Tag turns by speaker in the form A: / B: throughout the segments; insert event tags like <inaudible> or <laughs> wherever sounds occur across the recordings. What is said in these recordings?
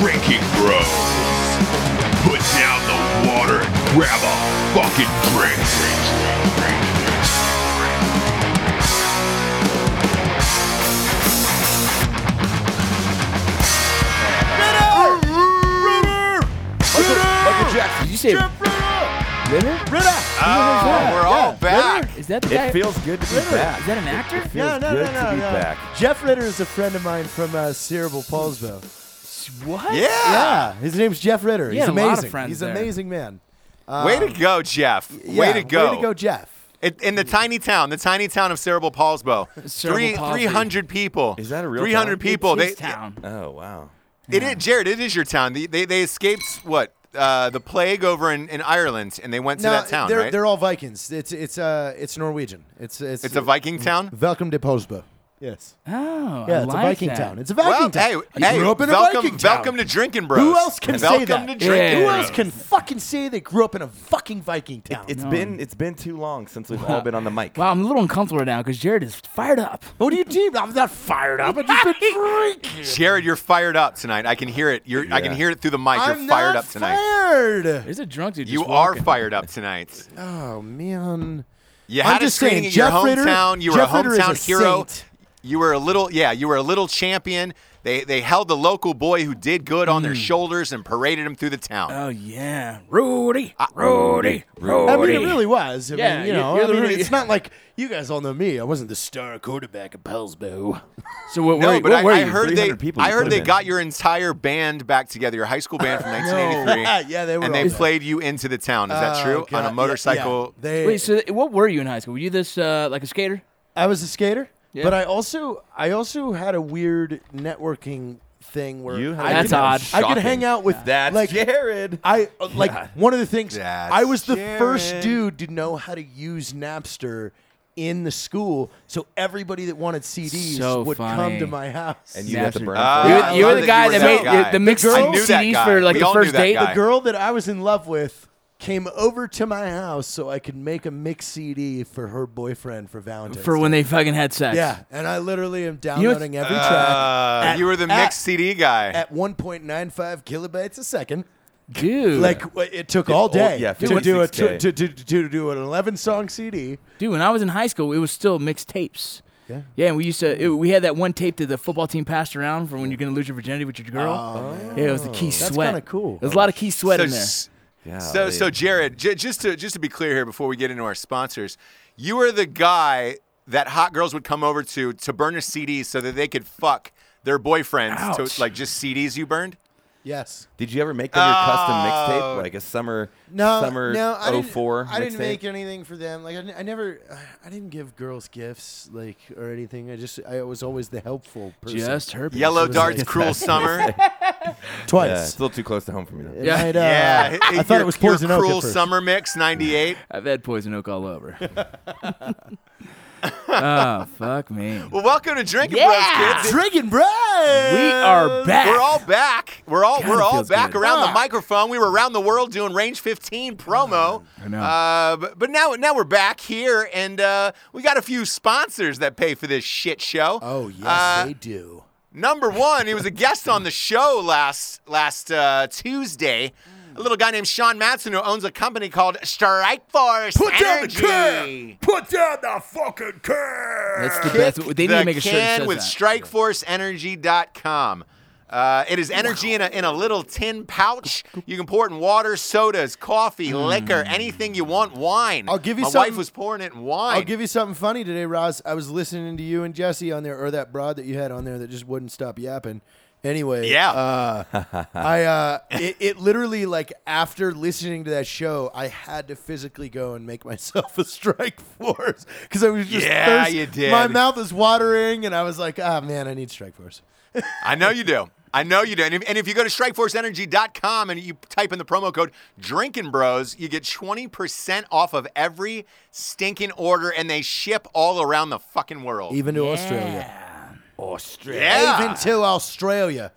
A: drinking bros. Put down the water and grab a fucking drink.
B: Michael, Michael Jackson. Did you say Ritter?
C: Oh, we're all back.
D: Is that the guy?
B: It feels good to be
E: Ritter.
B: back.
D: is that an actor?
B: It feels
E: No, no,
B: good
E: no,
B: to
E: no,
B: be
E: no.
B: back.
E: Jeff Ritter is a friend of mine from uh, Cerebral Palsbo.
D: What?
C: Yeah.
E: Yeah, his name's Jeff Ritter.
D: He
E: He's
D: had a lot
E: amazing.
D: of friends
E: He's
D: there.
E: an amazing man.
C: Way to go, Jeff. Way
E: Yeah,
C: to go.
E: Way to go, Jeff.
C: It, in the tiny town, the tiny town of Cerebral Palsbo.
D: Cerebral
C: Three,
D: palsy.
C: 300 people.
B: Is that a real
C: 300
B: town?
C: people.
D: It's his
C: they,
D: town.
B: Oh wow.
C: It is, Jared, it is your town. They, they, they escaped, what, uh, the plague over in, in Ireland, and they went to that town,
E: they're
C: right?
E: they're all Vikings. It's it's uh it's Norwegian. It's it's
C: it's a Viking town?
E: Welcome to Posbo. Yes.
D: Oh,
E: Yeah,
D: I
E: it's
D: like
E: a Viking
D: that.
E: town. It's a
C: Well,
E: Viking
C: hey,
E: town.
C: hey,
E: I grew up in
C: welcome,
E: a Viking town.
C: welcome to Drinking Bros.
E: Who else can
C: welcome
E: say that?
C: to Drinking
E: Who
D: Yeah.
C: Bros.
E: else can fucking say they grew up in a fucking Viking town?
B: It's been it's been too long since we've all been on the mic.
D: Wow, I'm a little uncomfortable right now because Jared is fired up.
E: what do you mean? I'm not fired <laughs> up. I've just been drinking.
C: Jared, you're fired up tonight. I can hear it. You're, I can
B: Yeah.
C: hear it through the mic.
E: I'm
C: you're fired
E: not
C: up tonight.
E: Fired.
D: There's a drunk dude.
C: You
D: just
C: are
D: walking.
C: fired up tonight.
E: Oh man.
C: You
E: I'm
C: had a
E: just
C: screening
E: saying,
C: in your
E: Jeff Ritter-
C: hometown. you were
E: Jeff
C: a
E: Ritter is a
C: hometown hero.
E: saint.
C: You were a little, yeah, you were a little champion. They they held the local boy who did good on
E: Hmm.
C: their shoulders and paraded him through the town.
E: Uh,
D: Oh yeah, Rudy, Rudy, Rudy.
E: I mean, it really was. I
D: Yeah,
E: mean,
D: you-
E: you know,
D: you're
E: I
D: the
E: mean,
D: really-
E: it's not like you guys all know me. I wasn't the star quarterback of Pellsbow.
D: So what?
C: no,
D: were you-
C: but
D: what
C: I,
D: were
C: I
D: you?
C: heard they
B: 300 people
C: I
B: you
C: heard
B: could've
C: they
B: been.
C: got your entire band back together, your high school band from 1983.
E: <laughs> yeah, they were
C: And
E: all
C: they
E: there.
C: played you into the town. Is that
E: <laughs> Oh,
C: true?
E: God.
C: On
E: Yeah,
C: a motorcycle.
E: yeah. They-
D: Wait, so what were you in high school? Were you this uh, like a skater?
E: I was a skater,
D: Yeah.
E: but I also I also had a weird networking thing where
B: You had
E: I
D: That's
E: could,
D: odd.
E: I could hang
B: Shocking.
E: out with
B: That's
E: like
B: Jared.
E: I uh, like one of the things
C: That's
E: I was the first
C: Jared.
E: dude to know how to use Napster in the school, so everybody that wanted CDs
D: So
E: would
D: funny.
E: come to my house.
B: and you had to
D: Snapchat.
B: burn.
C: Ah,
D: You-
C: I
D: you
C: love
D: were the
C: that
D: guy
C: you were
D: that made
C: guy.
D: the- the mixed
C: I knew that
D: CDs
C: guy.
D: for, like,
C: We
D: the
C: all knew
D: first
C: that
D: date, the
C: guy.
E: the girl that I was in love with came over to my house so I could make a mix CD for her boyfriend for Valentine's.
D: For
E: Day.
D: when they fucking had sex.
E: yeah, and I literally am
D: know what's-
E: downloading every track.
C: Uh,
E: at-
C: you were the
E: at-
C: mixed CD guy.
E: at 1.95 kilobytes a second.
D: dude.
E: Like w- it took all
B: old-
E: day
B: yeah,
E: to do a
B: 56K.
E: to, to, to, to do an 11 song CD.
D: Dude, when I was in high school, it was still mixtapes.
E: Yeah.
D: Yeah, and we used to. It, we had that one tape that the football team passed around from when you're gonna lose your virginity with your girl. yeah, it was the key
E: Oh, That's
D: sweat.
E: kinda cool.
D: There's a lot of key sweat in there.
C: Oh. s-
B: Yeah,
C: so,
B: they-
C: so Jared, j- just to just to be clear here before we get into our sponsors, you were the guy that hot girls would come over to to burn a CD so that they could fuck their boyfriends
D: Ouch.
C: to like just CDs you burned.
E: Yes.
B: Did you ever make them your custom
C: Oh.
B: mixtape, like a summer
E: No,
B: summer
E: no, I
F: oh
E: didn't-
B: 04
E: I didn't
B: mixtape?
E: make anything for them. Like I, n- I never, I didn't give girls gifts, like or anything. I just, I was always the helpful person.
D: Just herpes.
C: Yellow
E: was
C: darts,
B: <laughs>
E: like-
C: cruel summer.
B: Yeah, it's
E: twice.
B: a little too close to home for me. Now.
C: <laughs>
D: Yeah.
E: I, had, uh,
C: yeah,
E: I thought
C: your-
E: it was poison
C: Your
E: oak.
C: cruel
E: at first.
C: summer mix '98.
D: I've had poison oak
E: <laughs>
D: all over. oh fuck me.
C: Well, welcome to Drinking
D: Yeah.
C: Bros, kids.
E: Drinking bread.
D: We are back.
C: We're all back. We're all we're
D: it
C: all
D: feels
C: back
D: good.
C: around the
D: Fuck.
C: microphone. We were around the world doing Range 15 promo.
D: I know.
C: Uh, but, but now now we're back here, and uh, we got a few sponsors that pay for this shit show.
E: Oh yes,
C: Uh,
E: they do.
C: Number one, he was a guest on the show last last uh, Tuesday. A little guy named Sean Matson who owns a company called Strike Force Energy.
E: Put down the fucking can.
D: That's the best. They need
C: the
D: to make a shirt that
C: can
D: says
C: with
D: that.
C: strikeforceenergy.com. Uh, it is energy in, a, in a little tin pouch. You can pour it in water, sodas, coffee,
D: Mm.
C: liquor, anything you want, wine.
E: I'll give you
C: My
E: something-
C: wife was pouring it in wine.
E: I'll give you something funny today, Roz. I was listening to you and Jesse on there, or that broad that you had on there that just wouldn't stop yapping. Anyway,
C: Yeah.
E: Uh, I uh, <laughs> it, it literally like after listening to that show, I had to physically go and make myself <laughs> a strike force because I was just
C: Yeah,
E: thirst-
C: you did.
E: My mouth is watering, and I was like, ah, man, I need strike force.
C: I know you do. I know you do. And if, and if you go to strikeforceenergy.com and you type in the promo code Drinking Bros, you get 20% off of every stinking order and they ship all around the fucking world.
E: Even to Australia,
C: yeah.
E: even to Australia.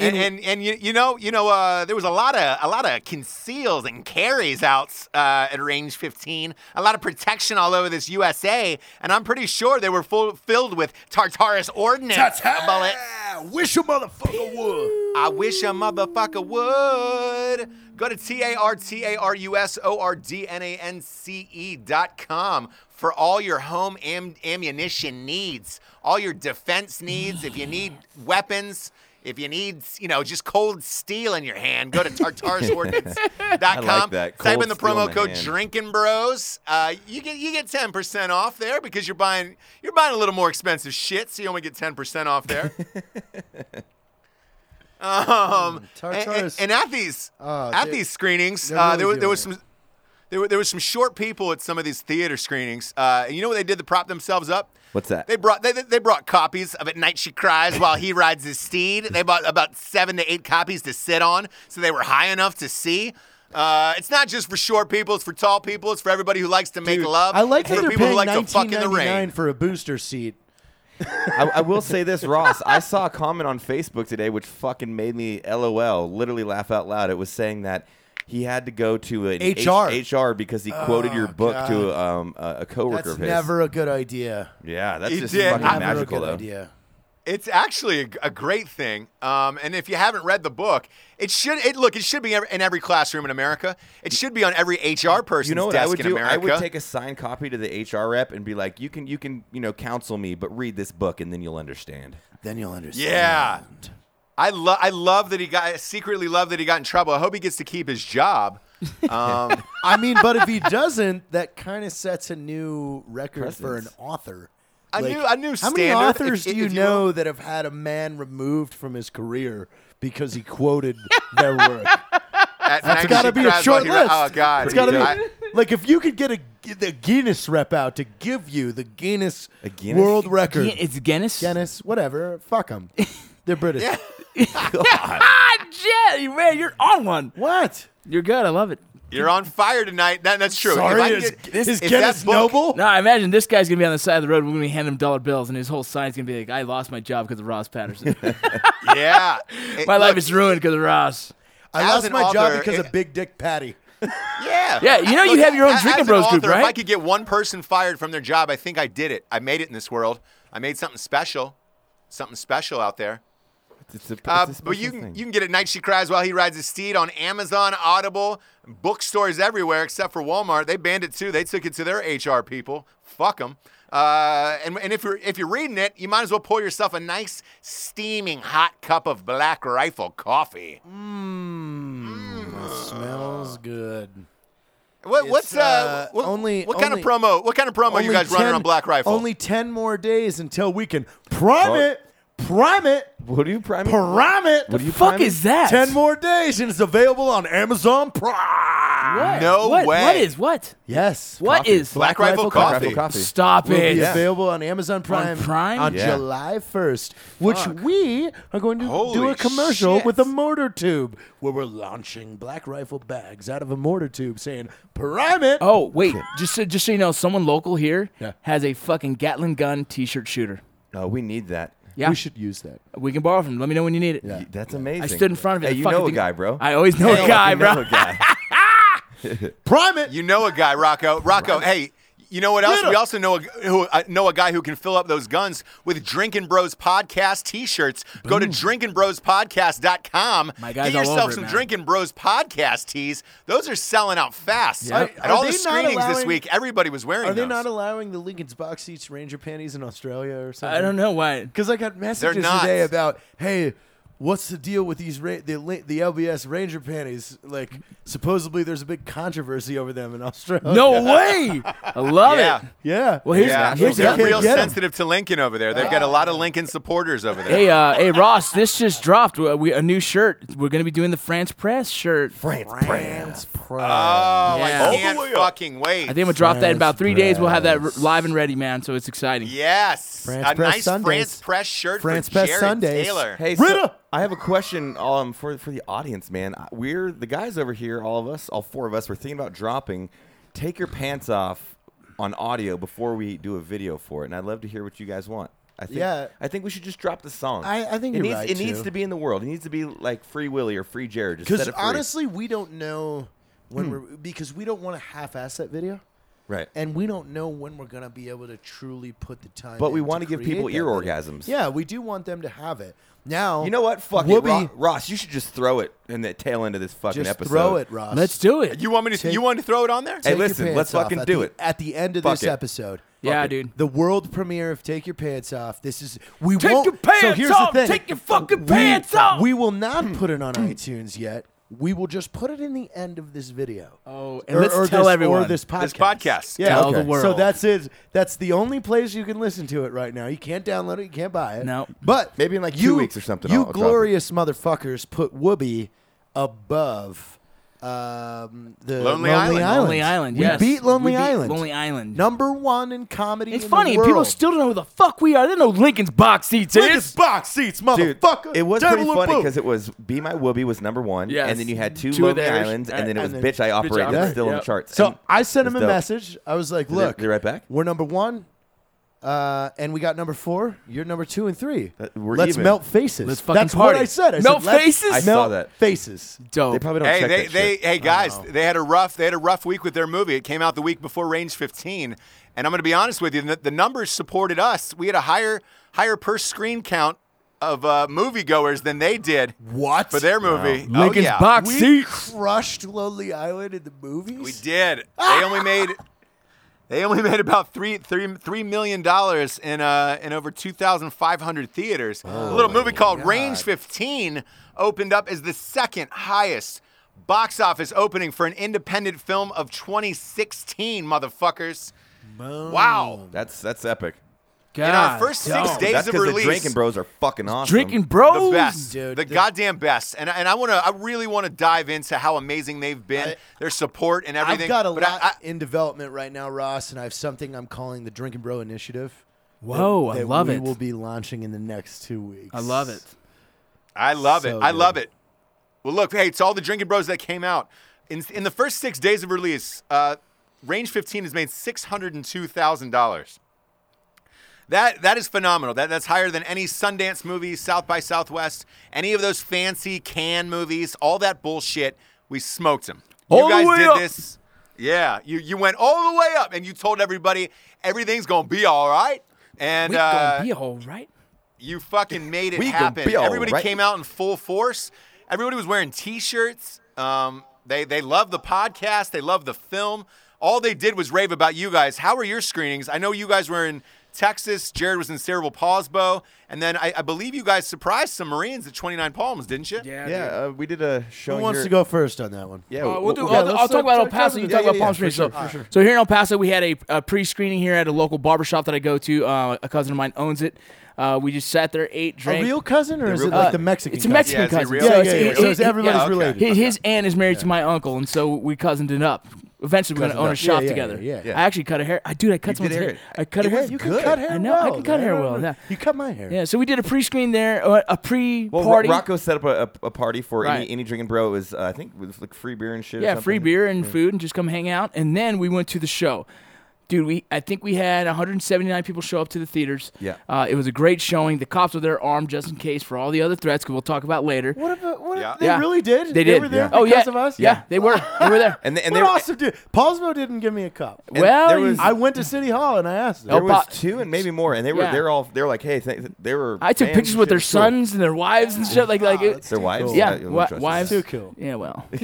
C: and and, and you, you know you know uh, there was a lot of a lot of conceals and carries outs uh, at range 15 a lot of protection all over this USA and I'm pretty sure they were full, filled with Tartarus ordnance bullets
E: I wish a motherfucker would.
C: I wish a motherfucker would. Go to T A R T A R U S O R D N A N C E dot com for all your home am- ammunition needs, all your defense needs. If you need weapons, if you need, you know, just cold steel in your hand, go to
F: <laughs>
C: tartarsordnance.com.
F: like that,
C: Type
F: cold
C: in the
F: steel in
C: promo
F: the
C: code
F: hand.
C: Drinking Bros. Uh, you get you get 10% off there because you're buying you're buying a little more expensive shit, so you only get 10% off there. Um, and, and-
E: Tartarus.
C: and at these
E: Oh,
C: at
E: they-
C: these screenings,
E: they're
C: uh,
E: really
C: there, was, there was
E: doing it.
C: some there were, there was some short people at some of these theater screenings. Uh, and you know what they did to prop themselves up?
F: What's that?
C: They brought they, they brought copies of At Night She
E: <laughs>
C: Cries While He Rides His Steed. They bought about seven to eight copies to sit on, so they were high enough to see. Uh, it's not just for short people; it's for tall people. It's for everybody who likes to make love.
E: I like
C: It's
E: that
C: for
E: they're
C: people who
E: paying
C: like to fuck in the rain.
E: $19.99 for a booster seat.
F: I, I will say this, Ross. I saw a comment on Facebook today which fucking made me LOL, literally laugh out loud. It was saying that he had to go to an H-
E: HR.
F: HR because he quoted your book to um, a, a coworker
E: Oh, That's
F: of his.
E: never a good idea.
F: yeah, that's
C: He
F: just
C: did.
F: fucking
C: Never a
E: Never a
F: magical
E: good
F: though.
E: idea.
C: It's actually a, a great thing. Um, and if you haven't read the book, it should it look it should be in every classroom in America. It should be on every HR person's
F: You know what
C: desk
F: I would
C: in
F: do?
C: America.
F: I would take a signed copy to the HR rep and be like, "You can, you can, you know, counsel me, but read this book and then you'll understand."
E: Then you'll understand.
C: yeah. I love I love that he got I secretly love that he got in trouble. I hope he gets to keep his job. Um,
E: I mean, but if he doesn't, that kind of sets a new record for an
F: Precedence.
E: author.
C: I knew- I knew
E: How
C: standard,
E: many
C: if-
E: authors do
C: if-
E: you
C: if you
E: know
C: will.
E: that have had a man removed from his career because he quoted their work?
C: at
E: That's
C: 90
E: got to be a
C: Crosby,
E: short
C: he-
E: list.
C: Oh God,
E: it's got to be
C: I-
E: <laughs> like if you could get a the Guinness rep out to give you the Guinness,
F: A Guinness?
E: World Record,
D: Guin- it's Guinness.
E: Guinness, whatever. Fuck them. They're British.
D: Ah, Jay, man, you're on one.
E: <laughs> What?
D: You're good. I love it.
C: you're on fire tonight. That, that's true. If
E: Sorry,
C: I can
E: is,
C: get-
E: is
C: if that
E: Guinness
C: book-
E: noble?
D: No, I imagine this guy's gonna be on the side of the road. We're gonna be handing him dollar bills, and his whole sign's gonna be like, "I lost my job because of Ross
F: <laughs>
D: Patterson.
C: Yeah, It-
D: my life
C: look,
D: is ruined because of Ross."
E: I
C: As
E: lost
C: an
E: my job
C: author,
E: because
C: it-
E: of Big Dick
C: <sighs>
E: Patty.
C: Yeah.
D: Yeah, you know you have your own
C: as-
D: Drinking
C: as an
D: Bros group,
C: author, If I
D: right?
C: could get one person fired from their job, I think I did it. I made it in this world. I made something special, something special out there.
F: It's a, it's
C: Uh,
F: a special
C: but you can,
F: thing.
C: you can get it Night She Cries While He Rides His Steed on Amazon, Audible, bookstores everywhere except for Walmart. They banned it too. They took it to their HR people. Fuck them. Uh, and, and if you're if you're reading it, you might as well pour yourself a nice steaming hot cup of Black Rifle coffee.
E: Smells good.
C: What,
E: It's,
C: what's uh,
E: uh,
C: what,
E: only-
C: what kind of
E: only-
C: promo? What kind of promo you
E: Only
C: guys running
E: 10
C: on Black Rifle?
E: Only ten more days until we can prime
F: Oh.
E: it, prime it,
F: What do you prime?
E: prime it.
F: What do you
D: Fuck
F: prime-
D: is that?
E: Ten more days and it's available on Amazon Prime.
D: What?
C: No
D: what?
C: way.
D: What is what?
E: Yes,
D: What
F: Coffee.
D: is-
C: Black, Rifle,
E: Rifle
C: coffee.
F: Black Rifle coffee.
D: Stop
E: will
D: it.
E: be
F: Yeah.
E: available on Amazon Prime
D: Prime?
E: on
F: Yeah.
E: July first, which we are going to do
C: Holy
E: a commercial
C: shit.
E: with a mortar tube where we're launching Black Rifle bags out of a mortar tube, saying "Prime it."
D: Oh wait, just so, just so you know, someone local here
E: Yeah.
D: has a fucking Gatlin gun T-shirt shooter.
F: No, Oh, we need that.
D: Yeah,
E: We should use that.
D: We can borrow from. Them. Let me know when you need it.
F: Y- That's amazing.
D: I stood in front of it.
F: Hey,
D: the
F: you
D: fucking
F: know a
D: thing-
F: guy, bro.
D: I always know
F: Hey,
D: a guy,
F: fucking
D: bro.
F: know a guy.
E: Prime it.
C: You know a guy, Rocco. Rocco, hey, you know what else?
E: Little.
C: We also know a, who, uh, know a guy who can fill up those guns with Drinking Bros podcast t-shirts. Go to drinkingbrospodcast.com.
D: My guy's
C: Get
D: all
C: yourself
D: over it,
C: some
D: man.
C: Drinking Bros podcast tees. Those are selling out fast.
E: Yeah. Are-
C: At
E: are
C: all the
E: they not
C: screenings this
E: allowing-
C: week, everybody was wearing
E: Are they
C: those.
E: not allowing the Lincoln's box seats Ranger panties in Australia or something?
D: I don't know
F: <laughs>
D: why.
E: Because I got messages
C: not.
E: today about, hey, what's the deal with these ra- the li- the LBS Ranger panties? Like, supposedly there's a big controversy over them in Australia.
D: No way. I
F: <laughs>
D: love
C: yeah.
D: it.
E: Yeah.
D: Well, here's
C: Yeah,
D: here's
C: they're
E: the-
C: real
E: Get 'em.
C: sensitive to Lincoln over there. They've got a lot of Lincoln supporters over there.
D: Hey, uh, hey, Ross! This just dropped. We, we a new shirt. We're gonna be doing the France Press shirt.
F: France,
E: France Prime.
C: oh,
D: Yeah.
C: I can't fucking wait.
D: I think we'll drop that in about three
E: France
D: days. We'll have that r-
E: Press.
D: live and ready, man. So it's exciting.
C: yes.
E: France
C: a
E: Press
C: nice
E: Sundays.
C: France Press shirt
E: France
C: for
E: Press
C: Jared
E: Sundays.
C: Taylor.
F: Hey, so
E: Rita!
F: I have a question um, for for the audience, man. I- We're the guys over here, all of us, all four of us. We're thinking about dropping. Take your pants off on audio before we do a video for it, and I'd love to hear what you guys want. I think,
E: Yeah.
F: I think we should just drop the song.
E: I- I think
F: it
E: you're
F: needs
E: right,
F: it needs
E: too.
F: to be in the world. It needs to be like Free Willy or Free Jared. just
E: Because
F: set it free. Hmm.
E: honestly, we don't know when we're because we don't want to half-ass that video.
F: Right.
E: And we don't know when we're gonna be able to truly put the time.
F: But we
E: in
F: wanna
E: to
F: give
E: create
F: people
E: that
F: ear
E: video.
F: orgasms.
E: Yeah, we do want them to have it. Now,
F: You know what? Fuck it,
E: Whoopi,
F: Ro- Ross. You should just throw it in the tail end of this fucking
E: just
F: episode.
E: throw it, Ross.
D: Let's do it.
C: You want me to?
E: Take-
C: you want to throw it on there?
F: Hey,
E: Take your
F: listen,
E: pants
F: let's
E: off
F: fucking
E: at
F: do
E: the-
F: it.
E: at the end of
F: Fuck
E: this
F: it.
E: episode.
D: yeah,
F: fucking-
D: dude.
E: The world premiere of Take Your Pants Off. This is we
D: Take
E: won't.
D: your pants
E: so here's
D: off!
E: the thing.
D: Take your fucking
E: We-
D: pants off!
E: We will not put it on iTunes yet. We will just put it in the end of this video.
D: Oh, and
E: Or-
D: let's
E: or
D: tell
E: this, Or
D: everyone.
E: this podcast.
C: This podcast.
E: Yeah,
D: Tell the
E: So
D: world.
E: that's it. That's the only place you can listen to it right now. You can't download it. You can't buy it.
D: No.
E: But
F: Maybe in like two
E: you,
F: weeks or something, I'll
E: You
F: drop it.
E: glorious motherfuckers put Whoopi above um, the
C: Lonely Island.
D: Lonely Island,
E: We
D: yes.
E: beat Lonely
D: We beat
E: Island.
D: Lonely Island.
E: Number one in comedy.
D: It's
E: in
D: funny.
E: The
D: People
E: world.
D: still don't know who the fuck we are. They know Lincoln's box seats.
E: Look at
D: is.
E: box seats,
F: Dude,
E: motherfucker.
F: it was
E: Table
F: pretty
E: of
F: funny
E: boo.
F: because it was "Be My Whoopee" was number one,
D: Yes.
F: and then you had two,
D: Two of
F: Lonely
D: theirs,
F: Islands,
D: uh,
F: and then it was
D: and then
F: "Bitch I Operate." It was
D: Operate,
F: still on
D: yeah.
F: the charts.
E: So
F: And
E: I sent
F: it's
E: him a
F: dope.
E: message. I was like,
F: they-
E: "Look,
F: they write back?
E: We're number one, uh, and we got number four. You're number two and three.
F: Uh, we're
E: let's
F: even.
E: melt faces.
D: Let's fucking
E: That's
D: party.
E: what I said. I
D: Melt
E: said, "Let's
D: faces? I
F: saw
E: melt
F: that.
E: Faces.
D: Dope.
F: They probably don't
C: Hey,
F: check
C: they,
F: that
C: they,
F: shit.
C: hey guys, they had a rough, they had a rough week with their movie. It came out the week before Range 15, and I'm going to be honest with you, the, the numbers supported us. We had a higher, higher per screen count of uh, moviegoers than they did
E: What?
C: for their movie. Oh,
D: Lincoln's
C: yeah.
D: box
E: we
D: seats.
E: crushed Lonely Island in the movies.
C: We did. They only made, they only <laughs> made about three, three, three million dollars in uh, in over 2,500 theaters. a little movie called Range 15 opened up as the second highest box office opening for an independent film of 2016, motherfuckers. Wow.
F: That's that's epic.
D: God,
C: in our first six
D: dope.
C: days
F: That's
C: of
F: because the
C: release-
F: drinking bros are fucking awesome.
D: Drinking bros.
C: The best,
E: dude.
C: the
E: The-
C: goddamn best, and and I want to, I really want to dive into how amazing they've been,
E: I-
C: their support and everything.
E: I've got a
C: But I-
E: lot
C: I-
E: in development right now, Ross, and I have something I'm calling the Drinking Bro Initiative. that,
D: Whoa, I
E: that
D: love
E: we
D: it.
E: will be launching in the next two weeks.
D: I love it.
C: I love it.
E: So
C: I love
E: good.
C: it. Well, look, hey, it's all the drinking bros that came out in in the first six days of release. Uh, Range 15 has made six hundred and two thousand dollars. That that is phenomenal. That that's higher than any Sundance movie, South by Southwest, any of those fancy can movies, all that bullshit. We smoked them. You
D: All the
C: guys
D: way
C: did
D: up.
C: this. Yeah, you you went all the way up and you told everybody everything's gonna be all right. And
D: We
C: uh,
D: gonna be all right.
C: you fucking made it
F: We gonna
C: happen.
F: be all
C: Everybody
F: right.
C: came out in full force. Everybody was wearing T-shirts. Um, they they love the podcast. They love the film. All they did was rave about you guys. How were your screenings? I know you guys were in Texas. Jared was in Cerebral Palsbo, and then I, I believe you guys surprised some Marines at 29 Palms, didn't you?
F: Yeah, uh, we did a show.
E: Who wants
F: here-
E: to go first on that one?
F: Yeah,
D: Uh, we'll do.
E: Oh, yeah,
D: I'll,
E: let's
D: I'll talk
E: talk-
D: about El
E: talk-
D: Paso. You
F: yeah,
D: talk
F: yeah,
D: about
F: yeah,
D: Palm
F: for
D: Springs.
F: sure,
D: so,
F: for sure.
D: so here in El Paso, we had a, a pre-screening here at a local barbershop that I go to. Uh, a cousin of mine owns it. Uh, we just sat there, ate,
E: A
D: drank.
E: real cousin, or is
F: real
E: it like
F: cousin.
E: the Mexican?
D: It's a Mexican
C: Yeah, is it
D: cousin.
C: real?
E: Yeah,
D: So
E: yeah,
D: it's-
E: yeah.
D: it-
E: So
D: it-
E: it's everybody's
D: yeah, okay.
E: related.
D: His, his aunt is married to my uncle, and so we cousined it up. Eventually, we're gonna
E: Cousined
D: own a
E: up.
D: shop
E: Yeah, yeah,
D: together.
E: yeah, yeah.
D: I actually cut a hair. I dude, I cut
F: You did
D: someone's hair.
F: hair.
D: I cut a
F: It
D: hair.
F: was
E: You
F: Good.
E: can cut hair.
D: I know,
E: Well,
D: I can cut hair
E: don't
D: well,
E: know.
D: yeah.
E: You cut my hair.
D: Yeah, so we did a pre-screen there, uh, a
F: Well, Ro-
D: pre-party.
F: Rocco set up a, a, a party for
D: Right.
F: any, any drinking bro. It was uh, I think it was like free beer and shit. or
D: yeah, free
F: something.
D: beer and food, and just come hang out. And then we went to the show. Dude, we I think we had 179 people show up to the theaters.
F: Yeah.
D: uh, it was a great showing. The cops were there armed just in case for all the other threats, 'cause we'll talk about later.
E: What about what?
C: Yeah.
E: They
D: Yeah.
E: really did.
D: They did.
E: were there
D: Oh
E: because
D: yeah.
E: of us.
D: Yeah,
E: <laughs>
D: they were. They were there.
F: And they, and
E: And
F: they
E: what
F: were,
E: awesome dude. Paulsmo didn't give me a cup.
D: well,
F: there was-
D: I,
E: I went to City Hall and I asked
F: There
E: them.
D: Oh,
F: was
D: Bob-
F: two and maybe more, and they were
D: Yeah.
F: they're all they were like, hey, th- they were.
D: I took
F: fans Oh, and
D: pictures with
F: shit.
D: their
F: It was cool.
D: sons and their wives and shit like like it,
F: Their wives.
D: Yeah,
F: you
D: wi-
F: don't trust
D: wives.
F: them.
E: Too cool.
D: Yeah,
F: <laughs>
D: well. <laughs>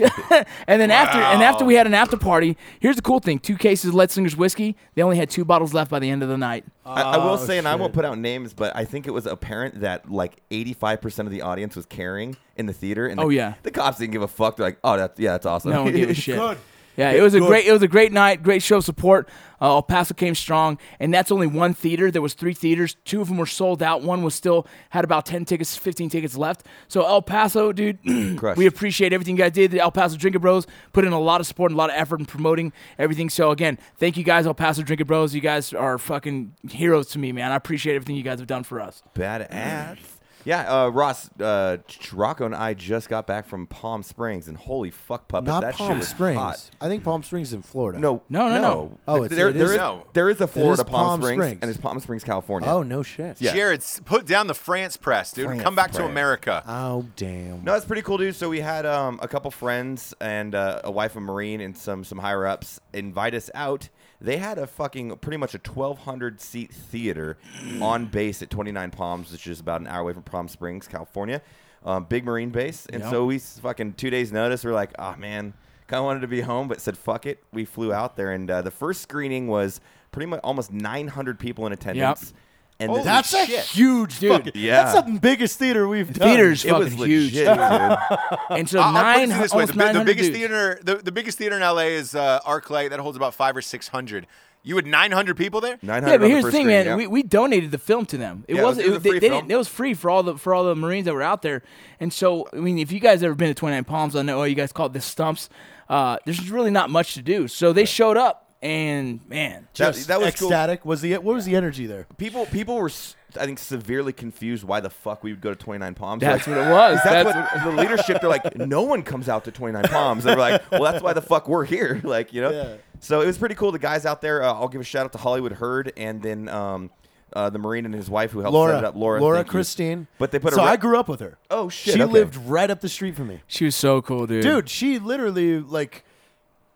D: and then after and after we had an after party, here's the cool thing: two cases of Letzinger's whiskey. They only had two bottles left by the end of the night.
F: I, I will
E: Oh,
F: say, and I won't
E: shit.
F: put out names, but I think it was apparent that like 85% of the audience was caring in the theater. And the,
D: Oh, yeah.
F: the cops didn't give a fuck. They're like, oh, that's yeah, that's awesome.
D: No one
F: <laughs>
D: gave a shit.
E: Good.
D: Yeah, it was a
E: Good.
D: great it was a great night, great show of support. Uh, El Paso came strong, and that's only one theater. There was three theaters, two of them were sold out. One was still had about ten tickets, fifteen tickets left. So El Paso, dude, <clears throat>
F: Crushed.
D: we appreciate everything you guys did. The El Paso Drinker Bros put in a lot of support and a lot of effort in promoting everything. So again, thank you guys, El Paso Drinker Bros. You guys are fucking heroes to me, man. I appreciate everything you guys have done for us.
F: Badass. Yeah, uh, Ross, uh, Ch- Rocco and I just got back from Palm Springs, and holy fuck, puppet,
E: Not
F: that shit
E: Palm
F: was
E: Springs.
F: hot.
E: I think Palm Springs is in Florida.
F: No,
D: No, no, no.
E: Oh,
F: Th-
E: it's-
F: there,
E: it
F: there
E: is-
F: is
C: No.
F: there is a Florida Palm,
E: Palm
F: Springs,
E: Springs.
F: and it's Palm Springs, California.
E: Oh no shit.
F: Yeah.
C: Jared, s- put down the France press, dude.
F: France
C: Come back to
F: press.
C: America.
D: Uh,
E: Oh damn.
F: No, that's pretty cool, dude. So we had um, a couple friends and uh, a wife of Marine and some some higher ups invite us out They had a fucking pretty much a 1,200 seat theater
D: Mm.
F: on base at 29 Palms, which is about an hour away from Palm Springs, California. Um, big Marine base. And so we s- fucking two days notice, we're like, oh man, kind of wanted to be home, but said fuck it. We flew out there, and uh, the first screening was pretty much almost 900 people in attendance. And the-
E: That's a
C: shit.
E: huge
D: Dude,
E: Fucking,
F: yeah.
E: That's the biggest theater we've done.
D: Theater's
F: it
D: fucking
F: was
D: huge. <laughs>
F: legit, dude.
D: And so
C: I'll- I'll put it
D: nine,
C: to you this way.
D: almost
C: The, bi- the
D: 900
C: biggest
D: dudes.
C: theater, the, the biggest theater in LA is uh, ArcLight. That holds about five or six hundred. You had nine hundred people there.
F: 900
D: Yeah, but
F: on
D: here's the
F: first
D: thing,
F: screen,
D: man.
F: yeah.
D: We, we donated the film to them. It
F: Yeah, it was-
D: wasn't.
F: it
D: It
F: was a
D: they-
F: free
D: they
F: film.
D: didn't- It was free for all the for all the Marines that were out there. And so, I mean, if you guys ever been to Twenty Nine Palms, I know you guys call it the stumps. Uh, there's really not much to do. So they showed up, and man,
F: That-
E: Just
F: that was cool.
E: ecstatic. Was the what was the energy there?
F: people people were s- I think severely confused why the fuck we would go to 29 Palms.
D: That's
F: Like,
D: what it was.
F: That's,
D: That's-
F: what the leadership they're like no one comes out to 29 Palms. They're like, "Well, that's why the fuck we're here." <laughs> Like, you know.
E: Yeah.
F: So it was pretty cool the guys out there. Uh, I'll give a shout out to Hollywood Hurd and then um uh, the Marine and his wife who helped
E: Laura,
F: set it up, Laura, thank you.
E: Christine.
F: But they put a
E: so
F: re-
E: I grew up with her.
F: Oh, shit,
E: She
F: okay.
E: lived right up the street from me,
D: she was so cool, dude.
E: dude. She literally like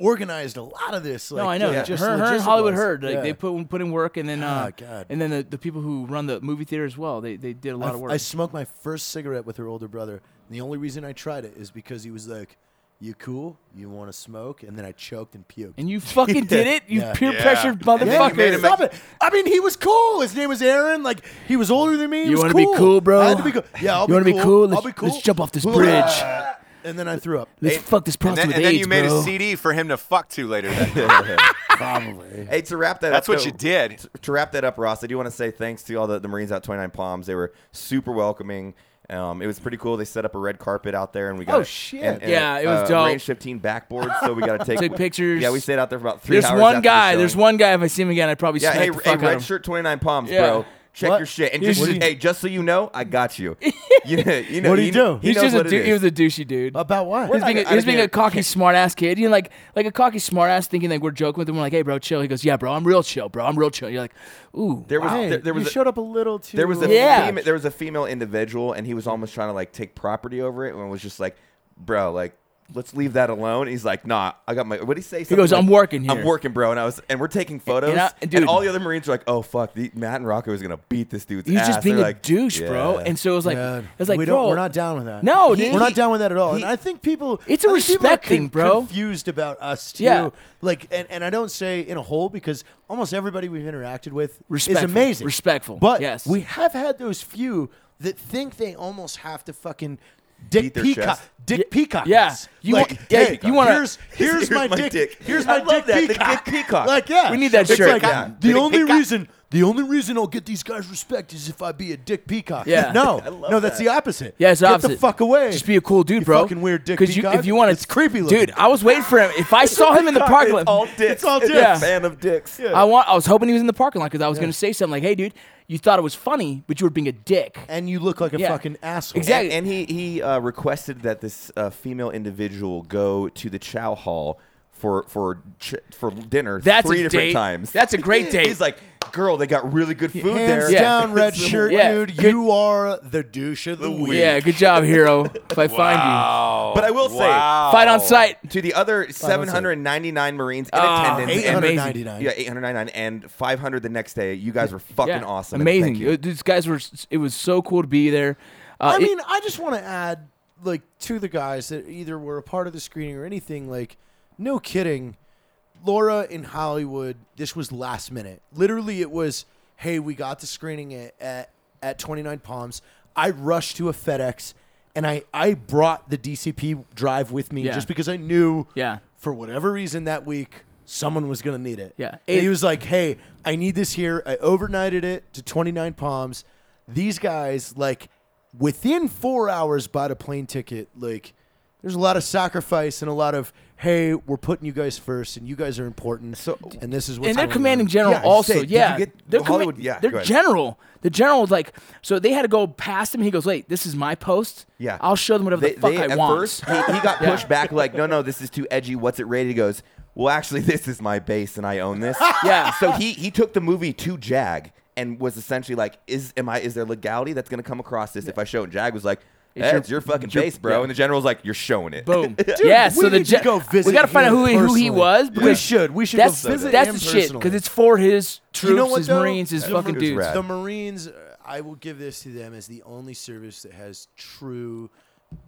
E: organized a lot of this. Like,
D: No, I know.
E: yeah, just
D: her, her and Hollywood
E: logistic-wise.
D: Heard, like
E: Yeah.
D: they put put in work, and then uh,
E: Ah, God.
D: and then the, the people who run the movie theater as well, they, they did a lot
E: I-
D: of work.
E: I smoked my first cigarette with her older brother. And the only reason I tried it is because he was like, "You cool? You want to smoke?" And then I choked and puked.
D: and you
E: <laughs>
D: fucking did it, you
E: Yeah.
D: peer
C: Yeah.
D: pressured
C: And then you
D: motherfucker.
C: made him
E: Stop it. I mean, he was cool. His name was Aaron. Like he was older than me. He
D: You
E: want
D: wanna
E: to
D: be cool, bro?
E: I had to be cool. Yeah, I'll
D: You wanna
E: be
D: be
E: cool.
D: cool? Let's-
E: I'll be cool.
D: let's jump off this
E: Blah.
D: bridge.
E: And then I threw up.
D: Let's fuck this
C: And
D: prostitute
C: then,
D: with
C: and then
D: AIDS,
C: you made
D: bro.
C: a CD for him to fuck to later. That day.
E: Probably.
F: Hey, to wrap that
C: That's
F: up.
C: what
F: <laughs>
C: you did.
F: To, to wrap that up, Ross, I do want to say thanks to all the, the Marines out at 29 Palms. They were super welcoming. Um, it was pretty cool. They set up a red carpet out there, and we got
E: Oh,
F: a-
E: shit.
F: and- and
D: Yeah,
F: a,
D: it was
F: uh,
D: dope.
F: Range 15 backboard, so we
D: <laughs>
F: got to take
D: Took pictures.
F: Yeah, we stayed out there for about three
D: There's
F: hours.
D: one
F: after the
D: guy.
F: showing.
D: There's one guy. If I see him again, I'd probably
F: Yeah,
D: smack
F: hey,
D: the
F: hey,
D: fuck out
F: red
D: of him.
F: shirt 29 Palms,
D: Yeah.
F: bro. Check
E: What?
F: your shit. And
D: He's
F: just,
D: just-
F: hey, just so you know, I
D: <laughs>
F: got you. you, know- you know,
E: What'd he
F: he,
E: do?
F: He
D: He's
F: knows
D: just
F: what
D: a
F: it
D: du- he
F: is.
D: was a douchey dude.
E: About what?
D: He's being,
F: I-
D: a,
F: I
D: he's
F: don't
D: being
F: care.
D: a cocky smart ass kid. You know, like like a cocky smart ass thinking like we're joking with him. We're like, hey bro, chill. He goes, yeah bro, I'm real chill, bro. I'm real chill. You're like, ooh,
F: There was
E: Hey,
F: there, there was
E: you
F: a-
E: showed up a little too.
F: There was a
D: Yeah.
F: fema- there was a female individual, and he was almost trying to like take property over it, and was just like, "Bro, like, let's leave that alone." And he's like, "Nah, I got my." What would he say? He
D: goes, "I'm working
F: I'm
D: here."
F: working, bro." And I was, and we're taking photos, and,
D: I- dude.
F: all the other Marines are like, "Oh fuck, the, Matt and Rocco is gonna beat this dude's
D: He was
F: ass."
D: just being
F: They're
D: a
F: like,
D: douche, bro.
F: "Yeah."
D: And <laughs> so it was like,
E: Yeah.
D: it was like,
E: we
D: bro,
E: don't, we're not down with that.
D: No,
E: we're
D: dude.
E: not down with that at all.
D: he-
E: and I think people,
D: It's a
E: I think people are
D: respect
E: con-
D: thing, bro.
E: Confused about us too.
D: Yeah.
E: Like, and, and I don't say in a whole because almost everybody we've interacted with
D: Respectful.
E: is amazing,
D: Respectful.
E: But
D: Yes.
E: we have had those few that think they almost have to fucking. Dick
F: Beat their
E: Peacock.
F: chest.
E: Dick Peacock.
D: yeah.
E: You
D: You
E: like,
D: want-
E: hey,
D: yeah, you wanna-
E: here's, here's, my, dick, Here's
F: I
E: my dick
F: love that, the
E: peacock.
F: Dick Peacock.
E: Like, yeah.
D: We need that
E: It's
D: shirt.
E: like,
F: Yeah.
E: The
F: Dick
E: only
F: Peacock.
E: reason the only reason I'll get these guys respect is if I be a dick peacock.
D: Yeah. <laughs>
E: No.
F: I love
E: No, that's
F: that.
E: the opposite.
D: Yeah, it's
E: Get
D: opposite.
E: the fuck away.
D: Just be a cool dude,
E: You
D: bro.
E: Fucking weird dick.
D: Because you,
E: peacock.
D: if you want to,
E: it's creepy looking.
D: dude. I was waiting for him. If I saw him in the parking
F: It's all
D: lot,
F: dicks.
E: It's all
F: It's
E: dicks.
F: a fan of dicks.
D: I want. I was hoping he was in the parking lot because I was gonna say something like, hey dude, you thought it was funny, but you were being a dick.
E: and you look like a
D: Yeah.
E: fucking asshole.
D: Exactly.
F: And, and he he uh, requested that this uh, female individual go to the Chow Hall for for ch- for dinner
D: That's
F: three
D: a
F: different
D: date.
F: times.
D: That's a
F: <laughs>
D: great date.
F: He's like, girl, they got really good food
E: Hands
F: there.
D: Yeah.
E: down,
D: <laughs>
F: <laughs>
E: red shirt,
D: Yeah.
E: dude. You are the douche of the week.
D: yeah, good job, hero. If I find
C: Wow.
F: But I will say-
D: you, fight on site.
F: Yeah. To the other 799 Marines in
D: Oh,
F: attendance, and-
E: 899.
F: yeah, 899 and 500 the next day. You guys were fucking
D: Yeah.
F: awesome. and
D: Amazing.
F: thank you.
D: It- These guys were. s- It was so cool to be there. Uh,
E: I
D: it-
E: mean, I just want to add, like, to the guys that either were a part of the screening or anything, like, no kidding. Laura in Hollywood, this was last minute. Literally, it was, hey, we got the screening at, at, at 29 Palms. I rushed to a FedEx and I, I brought the DCP drive with me
D: Yeah.
E: just because I knew,
D: Yeah.
E: for whatever reason that week, someone was going to need it.
D: Yeah.
E: And he was like, hey, I need this here. I overnighted it to 29 Palms. These guys, like, within four hours bought a plane ticket. Like, there's a lot of sacrifice and a lot of, hey, we're putting you guys first and you guys are important.
F: So-
E: and this is what's
D: and their
E: going
D: commanding
E: on.
D: general
F: Yeah, I was
D: also,
F: saying, did you
D: yeah,
F: get
D: their
F: Hollywood-
D: comman-
F: yeah, go
D: their
F: ahead.
D: general, the general was like, so they had to go past him. He goes, wait, this is my post.
F: Yeah.
D: I'll show them whatever
F: They-
D: the fuck
F: they-
D: I
F: at
D: want.
F: first, he, he
D: <laughs>
F: got pushed back like, no, no, this is too edgy. What's it rated? He goes, well, actually, <laughs> this is my base and I own this.
D: <laughs> Yeah.
F: So he he took the movie to Jag and was essentially like, is am I is there legality that's going to come across this if I show it? And Jag was like. That's your, fucking
D: your-
F: face, bro.
D: yeah.
F: And the general's like, you're showing
E: <laughs>
F: it.
D: Boom. yeah.
E: we
D: So the
E: need to
D: gen-
E: go visit
D: we gotta find out who
E: him
D: he, who he
E: personally.
D: was.
E: We
D: because
E: should. We should go
D: That's
E: visit
D: that's
E: him
D: the shit
E: personally.
D: because it's for his troops,
E: You know what,
D: his
E: though?
D: Marines, his
E: The
D: fucking
E: Marines-
D: dudes.
F: rad.
E: The Marines, uh, I will give this to them as the only service that has true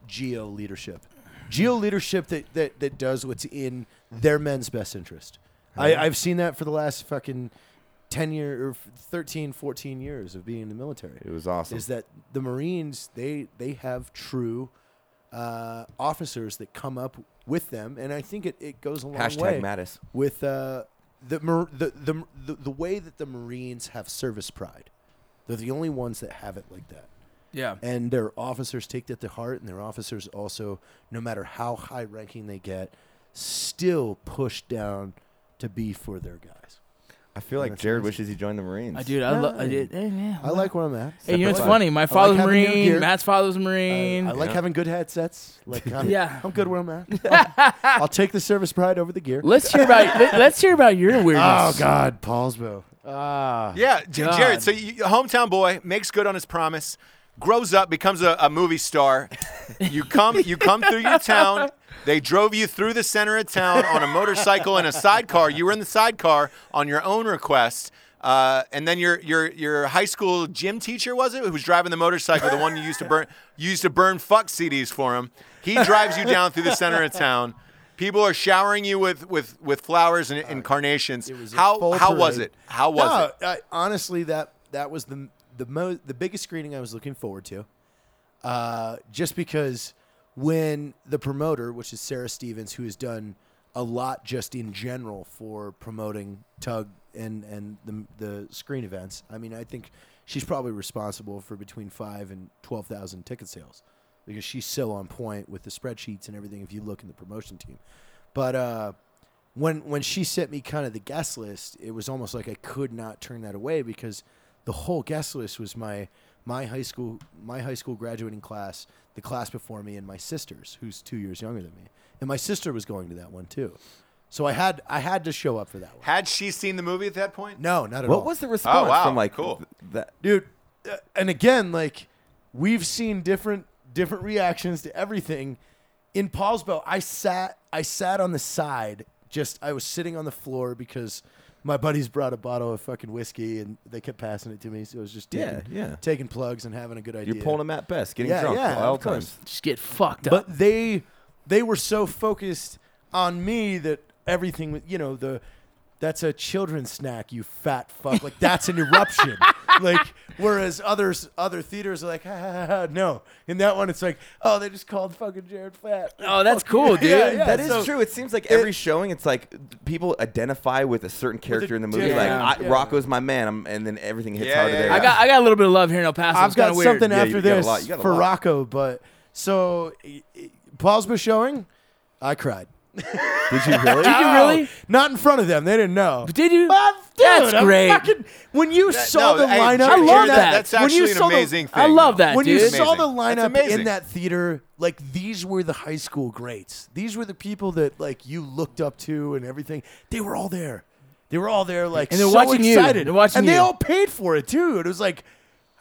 E: geo leadership. Geo leadership that, that, that does what's in their men's best interest. I, I've seen that for the last fucking 10 year or 13, 14 years of being in the military.
F: It was awesome.
E: Is that the Marines, they, they have true uh, officers that come up with them. And I think it, it goes a long
F: Hashtag
E: way
F: Mattis.
E: with uh, the, mar- the, the, the the way that the Marines have service pride. They're the only ones that have it like that,
D: Yeah.
E: and their officers take that to heart. And their officers also, no matter how high ranking they get, still push down to be for their guys.
F: <laughs> I feel like Jared wishes he joined the Marines.
D: I dude, I love. I
E: Right.
D: did. eh, yeah.
E: I like where I'm at.
D: Hey, you know what's
E: I like-
D: funny? My
E: I like
D: father's
E: having new
D: Marine.
E: gear.
D: Matt's father's
E: I,
D: Marine.
E: I like having good headsets. Like, I'm,
D: Yeah.
E: I'm good where I'm at. I'll, I'll take the service pride over the gear.
D: let's hear about. let, us hear about your
E: <laughs>
D: weirdness.
E: Oh God, Paulsbo. Ah,
C: Yeah, J-
D: God.
C: Jared. So, you, hometown boy makes good on his promise, grows up, becomes a, a movie star. You come, you come through your town. They drove you through the center of town on a motorcycle in a sidecar. You were in the sidecar on your own request. Uh, and then your your your high school gym teacher was it who was driving the motorcycle, the one you used to burn you used to burn fuck CDs for him. He drives you down through the center of town. People are showering you with with with flowers and, and carnations.
E: was a
C: How
E: full
C: how was
E: parade.
C: it? How was
E: No,
C: it?
E: I, honestly, that that was the the most the biggest screening I was looking forward to, uh, just because when the promoter, which is Sarah Stevens, who has done a lot just in general for promoting Tug and and the the screen events. I mean, I think she's probably responsible for between five and twelve thousand ticket sales because she's so on point with the spreadsheets and everything. If you look in the promotion team, but. uh when when she sent me kind of the guest list, it was almost like I could not turn that away because the whole guest list was my my high school my high school graduating class, the class before me, and my sister's, who's two years younger than me, and my sister was going to that one too, so I had I had to show up for that one.
C: Had she seen the movie at that point?
E: No, not at all.
F: What was the response
E: Oh,
C: wow,
F: from like
C: cool.
F: th- that?
E: dude? uh, And again, like we've seen different different reactions to everything. In Paul's boat, I sat I sat on the side. Just I was sitting on the floor because my buddies brought a bottle of fucking whiskey and they kept passing it to me. So I was just taking,
F: Yeah, yeah.
E: taking plugs and having a good idea.
F: You're pulling him at best, getting
E: Yeah,
F: drunk
E: yeah,
F: at all
E: of course.
F: times.
D: Just get fucked up.
E: But they they were so focused on me that everything was- you know the that's a children's snack, you fat fuck. Like that's an eruption. like whereas others other theaters are like ha, ha, ha, ha, no. In that one it's like oh they just called fucking Jared fat.
D: oh, that's cool, dude.
E: Yeah, yeah.
F: That is
E: so-
F: true. It seems like every showing, it's like people identify with a certain character in the movie.
E: different-
F: Like
D: Yeah.
F: I, Rocco's my man, I'm, and then everything hits
C: Yeah,
F: harder
C: yeah,
F: there.
C: yeah.
D: I got I got a little bit of love here in El Paso.
E: I've
D: It's kinda
E: got
D: weird.
E: something
F: Yeah, you
E: after
F: got a
E: this
F: lot- you got a
E: for
F: lot.
E: Rocco, but so i- i- Paul's been showing. I cried.
F: Did you really?
D: <laughs> Did
E: Oh.
D: you really?
E: Not in front of them. They didn't know.
D: But did you?
E: But, dude,
D: That's
E: I'm
D: great.
E: fucking- when you saw
C: no,
E: the
C: hey,
E: lineup,
C: Jared,
D: I love that.
C: That's
E: When you
C: actually an
E: saw the-
C: amazing thing.
D: I love
C: though.
D: that,
E: when you
D: dude.
E: saw the
C: Amazing. That's
E: lineup in
C: amazing.
E: that theater, like these were the high school greats. These were the people that like you looked up to and everything. They were all there. They were all there, like
D: And they're
E: so
D: watching you.
E: excited,
D: They're watching
E: and they
D: you.
E: all paid for it too. It was like.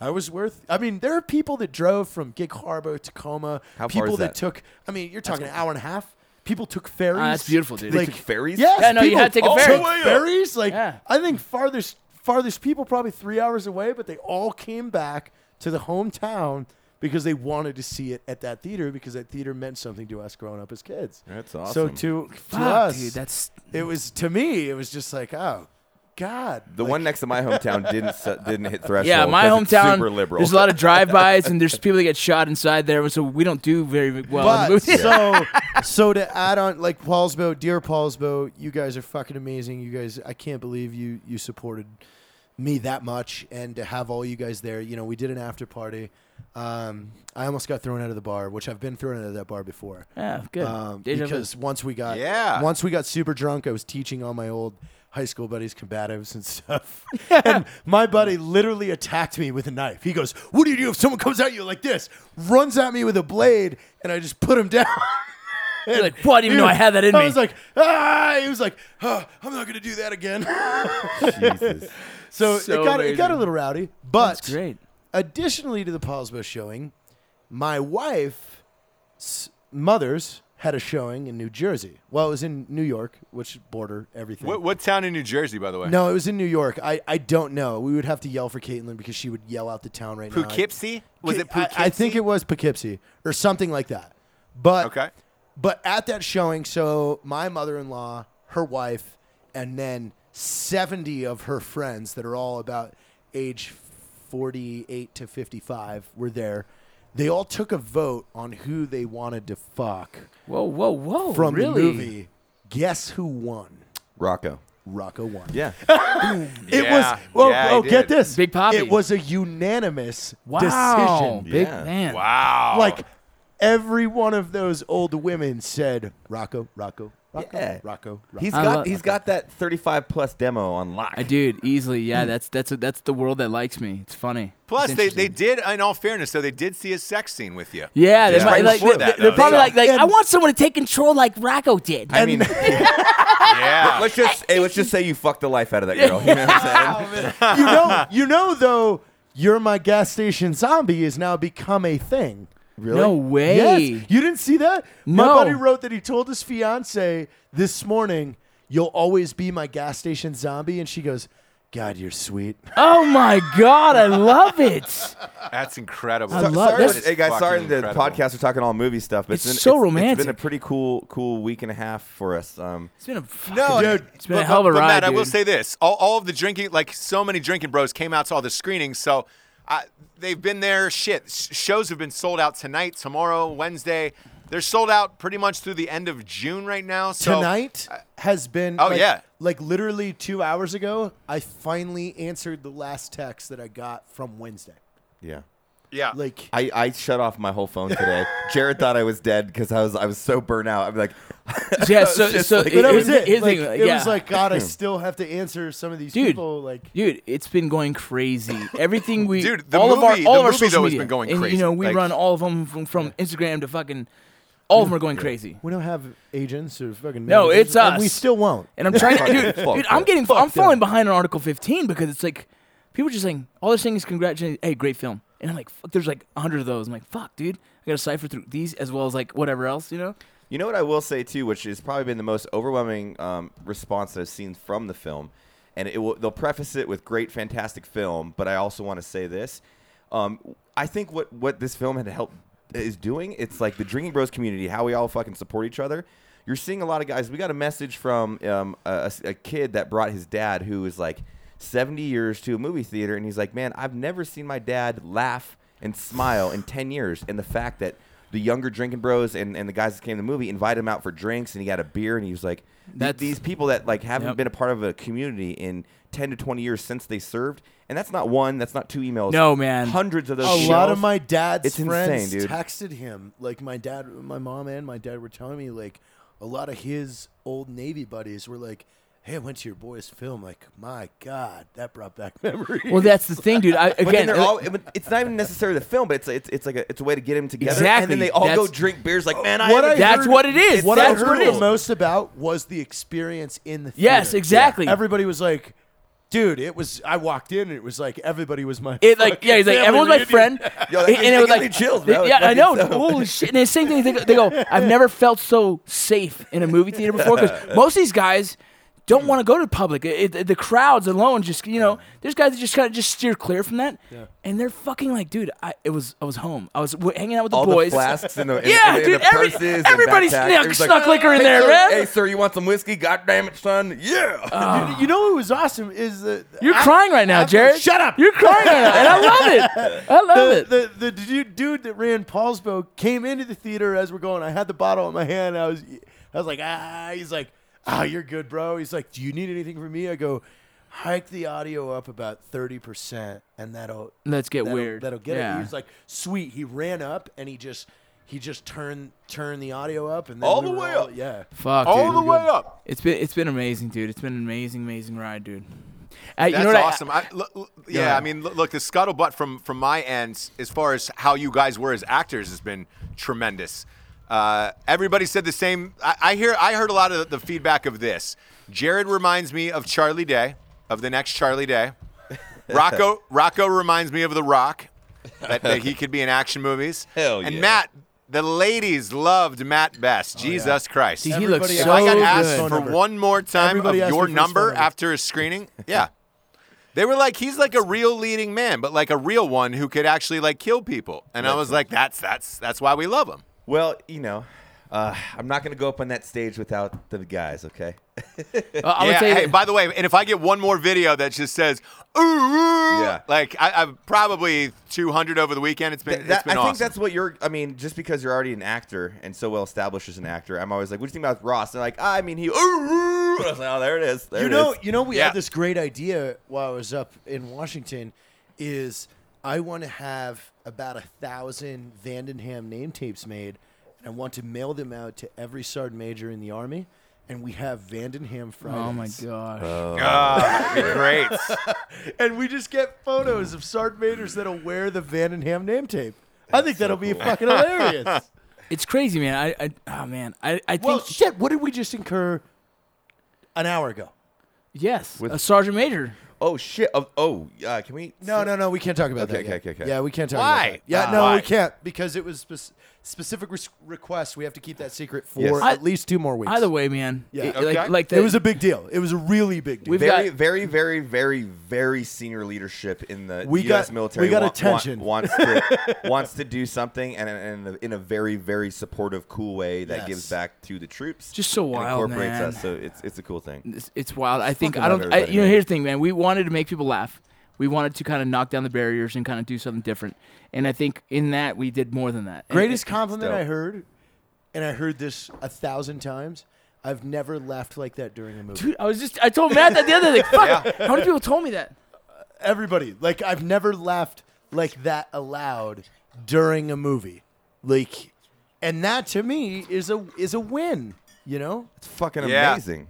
E: I was worth. I mean, there are people that drove from Gig Harbor, Tacoma.
F: How far
E: people
F: is that?
E: took. I mean, you're talking an hour and a half. People took ferries.
D: Ah, that's beautiful, dude. They
E: Like
F: took ferries? Oh,
E: Yes.
D: Yeah, no, you
E: people
D: had to take a
E: all
D: ferry.
E: took Ferries. Like
D: Yeah.
E: I think farthest farthest people probably three hours away, but they all came back to the hometown because they wanted to see it at that theater because that theater meant something to us growing up as kids.
F: That's
E: So to,
F: awesome.
E: to
D: Fuck,
E: us,
D: dude, that's
E: it was to me. It was just like, oh, God.
F: The one next to my hometown didn't se- didn't hit threshold.
D: yeah. My
F: 'cause it's
D: hometown.
F: super liberal.
D: There's a
F: <laughs>
D: lot of drive-bys and there's people that get shot inside there, so we don't do very well. in
E: But
D: the movies.
E: so so to add on, like Paulsbo, dear Paulsbo, you guys are fucking amazing. You guys, I can't believe you you supported me that much, and to have all you guys there. You know, we did an after party. Um, I almost got thrown out of the bar, which I've been thrown out of that bar before.
D: <laughs> yeah, good.
E: Um,
D: Deja vu.
E: because once we got
C: Yeah.
E: once we got super drunk, I was teaching all my old high school buddies combatives and <laughs> stuff. and my buddy literally attacked me with a knife. He goes, "What do you do if someone comes at you like this?" Runs at me with a blade, and I just put him <laughs> down.
D: You're like, "What? I didn't even know I had that in
E: I
D: me."
E: was like, ah! He was like, "Huh, I'm not gonna do that again.
F: Jesus.
E: <laughs> so
D: So
E: it got it got a
D: amazing.
E: little rowdy, but
D: That's great.
E: Additionally to the Palsbo showing, my wife's mother's had a showing in New Jersey. Well, it was in New York, which border everything.
C: What, what town in New Jersey, by the way?
E: No, it was in New York. I, I don't know. We would have to yell for Caitlin because she would yell out the town right now. I-
C: Poughkeepsie? Was it
E: I-
C: Poughkeepsie?
E: I, think it was Poughkeepsie or something like that. But
C: Okay.
E: but at that showing, so my mother-in-law, her wife, and then 70 of her friends that are all about age 48 to 55 were there. They all took a vote on who they wanted to fuck
D: Whoa, whoa, whoa!
E: from
D: really?
E: the movie. Guess who won?
F: Rocco.
E: Rocco won.
D: <laughs>
F: Yeah.
E: It
C: Yeah.
E: was. Well,
C: Yeah, he
E: oh, get
C: did.
E: this.
D: Big Papi.
E: It was a unanimous
D: Wow,
E: decision.
D: big
F: Yeah.
D: man.
C: Wow.
E: Like every one of those old women said, Rocco, Rocco, Rocco,
F: Yeah.
E: Rocco, Rocco.
F: He's
D: I
F: got
D: love-
F: he's got that 35 plus demo on lock.
D: I Uh, dude, easily, yeah. That's that's that's the world that likes me. It's funny.
C: Plus,
D: It's
C: they, they
D: interesting.
C: did, in all fairness, so they did see a sex scene with you.
D: yeah, they
C: Just
D: might-
C: right
D: like,
C: before
D: they-
C: that,
D: they're
C: though,
D: probably
C: so-
D: like, like
E: And-
D: I want someone to take control like Rocco did.
F: I
D: <laughs>
F: mean, <laughs>
C: Yeah.
F: let's just hey, let's just say you fucked the life out of that girl. You know what I'm saying?
E: you <laughs> know, you know though, you're my gas station zombie has now become a thing. Really?
D: No way.
E: Yes. You didn't see that? My
D: No.
E: buddy wrote that he told his fiance this morning, "You'll always be my gas station zombie," and she goes, "God, you're sweet."
D: Oh my god, I love it.
C: That's incredible.
D: <laughs> I love-
F: sorry,
D: that's-
F: that- hey guys,
C: fucking
F: sorry the
C: incredible.
F: podcast are talking all movie stuff, but it's,
D: It's
F: been,
D: so
F: It's
D: romantic.
F: been a pretty cool, cool week and a half for us. Um,
D: It's been a fucking,
C: No,
D: dude, it's been a hell of a
C: but, but
D: ride.
C: Matt, I will
D: dude.
C: say this: all, all of the drinking, like so many drinking bros, came out to all the screenings. So I, they've been there. Shit, sh- shows have been sold out tonight, tomorrow, Wednesday. They're sold out pretty much through the end of June right now. So
E: Tonight uh, has been
C: Oh,
E: like,
C: yeah.
E: like literally 2 hours ago, I finally answered the last text that I got from Wednesday.
F: yeah.
C: yeah,
E: Like
F: I, I shut off my whole phone today. Jared thought I was dead because I was I was so burnt out. I'm like,
D: Yeah, so
F: It's just
D: so
F: like-
D: it-
E: but that
D: it-
E: was it.
D: here's the
E: Like,
D: thing,
E: It
D: yeah.
E: was like God, I
D: <clears throat>
E: still have to answer some of these
D: Dude.
E: people. Like
D: Dude, it's been
C: <laughs>
D: going crazy. Everything we,
C: Dude, the
D: all of our,
C: movie-
D: all
C: the
D: of our
C: movie,
D: social
C: though, has
D: media,
C: been going
D: and,
C: crazy.
D: you know, we
C: Like-
D: run all of them from, from Instagram to fucking, all of them are going crazy.
E: We don't have agents or fucking
D: No,
E: managers,
D: it's
E: and we
D: us.
E: still won't.
D: And I'm trying to, dude,
F: Fuck
D: dude, I'm
F: that.
D: getting,
E: Fuck
D: I'm falling
E: that.
D: behind on Article 15 because it's like, people are just saying, all they're saying is congratulations, hey, great film. And I'm like, fuck, there's like a hundred of those. I'm like, fuck, dude, I gotta cipher through these as well as like whatever else, you know?
F: You know what I will say too, which has probably been the most overwhelming um, response I've seen from the film, and it will, they'll preface it with "great, fantastic film," but I also want to say this: um, I think what what this film had helped is doing, it's like the Drinking Bros community, how we all fucking support each other. You're seeing a lot of guys. We got a message from um, a, a kid that brought his dad, who is like 70 years to a movie theater, and he's like, "Man, I've never seen my dad laugh." and smile in 10 years. And the fact that the younger drinking bros and, and the guys that came to the movie invited him out for drinks and he got a beer and he was like, th-
D: That's-
F: these people that like haven't
D: Yep.
F: been a part of a community in 10 to 20 years since they served. And that's not one, that's not two emails.
D: No, man.
F: Hundreds of those
E: a lot of
F: emails.
E: my dad's
F: It's insane,
E: friends
F: dude.
E: texted him. Like my dad, my mom, and my dad were telling me like a lot of his old Navy buddies were like, "Hey, I went to your boy's film. Like, my God, that brought back <laughs> memories."
D: Well, that's the thing, dude. I,
F: But then
D: again,
F: they're
D: uh,
F: all, it- it's not even necessarily the film, but it's it's, it's like a, it's a way to get them together. And
D: Exactly.
F: then they all go
D: That's-
F: drink beers like, man, I,
E: What
F: haven't
E: I
D: that's
E: heard-
D: what it is.
E: what I
D: that's what
E: heard
D: it
E: the
D: is.
E: most about was the experience in the
D: Yes,
E: theater.
D: exactly.
E: Yeah. Everybody was like, "Dude, it was." I walked in, and it was like everybody was my.
D: It like yeah, he's like
E: fucking
D: everyone's my
E: family reunion. <laughs>
D: friend,
F: Yo, that
D: and,
F: gives-
D: and
F: that
D: it was
F: gives me
D: like
F: chills, bro.
D: Yeah, I
F: Fucking
D: know.
F: so-
D: Holy shit! And the same thing they go, they go, I've never felt so safe in a movie theater before because most of these guys don't want to go to public. It, it- the crowds alone, just you know, there's guys that just kind of just steer clear from that, and they're fucking like, dude, I it was I was home, I was w- hanging out with the
F: all
D: boys.
F: the flasks and the, and,
D: Yeah,
F: and, and
D: dude,
F: the
D: every-
F: purses. and
D: everybody
F: backpacks.
D: snuck-
F: It was like,
D: snuck liquor in
F: "Hey,
D: there,
F: sir,
D: man." Uh,
F: Hey, sir, you want some whiskey? God damn it, son. Yeah.
E: You know what was awesome is the
D: <laughs> You're
E: I-
D: crying right now,
E: I'm-
D: Jared.
E: Shut up.
D: You're crying right now, and I love it.
E: <laughs>
D: I love it.
E: the, the the dude, dude that ran Paul's boat came into the theater as we're going. I had the bottle in my hand. I was I was like ah. He's like ah, you're good, bro. He's like, do you need anything from me? I go hike the audio up about thirty percent, and that'll
D: Let's get
E: that'll,
D: weird.
E: That'll get it.
D: Yeah.
E: He was like, sweet. He ran up and he just he just turned turned the audio up and then
C: All
E: we
C: the
E: were
C: way
E: all-
C: up.
E: Yeah.
D: Fuck,
C: all
D: dude.
C: the way up.
D: It's been it's been amazing, dude. It's been an amazing, amazing ride, dude. Uh, you
C: That's
D: know what I-
C: awesome. I, l- l- yeah,
D: ahead.
C: I mean, l- look, the scuttlebutt from from my end, as far as how you guys were as actors, has been tremendous. Uh, everybody said the same. I, I hear, I heard a lot of the feedback of this. Jared reminds me of
D: <laughs>
C: Charlie Day, of the next Charlie Day. Rocco, Rocco reminds me of The Rock. that, that
D: <laughs>
C: he could be in action movies.
F: Hell
C: And
F: yeah.
C: Matt, the ladies loved Matt best.
D: Oh,
C: Jesus Christ.
D: He looks
E: Everybody
C: if
D: so
C: I got
E: good.
C: asked
E: Phone
C: for
E: number.
C: one more time
E: Everybody
C: of
E: asked
C: your
E: me for his phone
C: number
E: number.
C: after a screening, yeah. They were like, he's like a real leading man, but like a real one who could actually like kill people. And I was like, that's that's that's why we love him.
F: Well, you know, uh, I'm not going to go up on that stage without the guys, okay?
D: Uh, I'm
C: yeah.
D: gonna tell you.
C: Hey, by the way, and if I get one more video that just says, ooh, ooh,"
F: Yeah.
C: like I, I've probably 200 over the weekend. It's been
F: That-
C: it's been
F: I
C: awesome.
F: think that's what you're. I mean, just because you're already an actor and so well established as an actor, I'm always like, "What do you think about Ross?" And they're like, "Ah, I mean, he. <laughs> I was like, "Oh, there it is. There
E: you
F: it
E: know,
F: is."
E: you know, we
C: Yeah.
E: had this great idea while I was up in Washington. Is I want to have about a thousand Vandenham name tapes made, and I want to mail them out to every sergeant major in the army, and we have Vandenham Fridays.
D: oh my gosh.
C: Ah, that'd be great.
E: And we just get photos of sergeant majors that'll wear the Vandenham name tape. I think that'll be fucking
F: <laughs>
E: hilarious.
D: It's crazy, man. I, I oh man. I, I think
E: well, shit, what did we just incur an hour ago?
D: yes. a sergeant major.
F: oh shit. Oh, oh uh, can we?
E: No, no, no. We can't talk about
F: Okay,
E: that. yet.
F: okay, okay, okay.
E: Yeah, we can't talk
C: Why?
E: about that. Yeah,
C: Uh,
E: no,
C: why?
E: we can't because it was spec- specific res- requests. We have to keep that secret for
F: Yes.
E: at least two more weeks.
D: Either way, man.
E: Yeah.
D: It-
C: Okay.
D: Like, like the,
E: it was a big deal. It was a really big deal.
D: We've
F: Very,
D: got-
F: very, very, very, very senior leadership in the
E: We
F: U.S.
E: got-
F: military.
E: we got
F: wa- wa-
E: attention. <laughs>
F: wants to wants to do something, and, and in a very, very supportive, cool way that
E: Yes.
F: gives back to the troops.
D: Just so
F: and
D: wild,
F: incorporates
D: man.
F: us. So it's it's a cool thing.
D: it's, it's wild. I think
F: fucking
D: I
F: love
D: don't. I,
F: everybody,
D: you know,
F: man.
D: here's the thing, man. We wanted to make people laugh. We wanted to kind of knock down the barriers and kind of do something different. And I think in that we did more than that. And-
E: Greatest compliment
F: dope.
E: I heard, and I heard this a thousand times. I've never laughed like that during a movie.
D: Dude, I was just. I told Matt that the
C: <laughs>
D: other day. Fuck. How many people told me that?
E: Everybody, like I've never laughed like that aloud during a movie, like, and that to me is a is a win. You know,
F: It's fucking
C: Yeah.
F: amazing.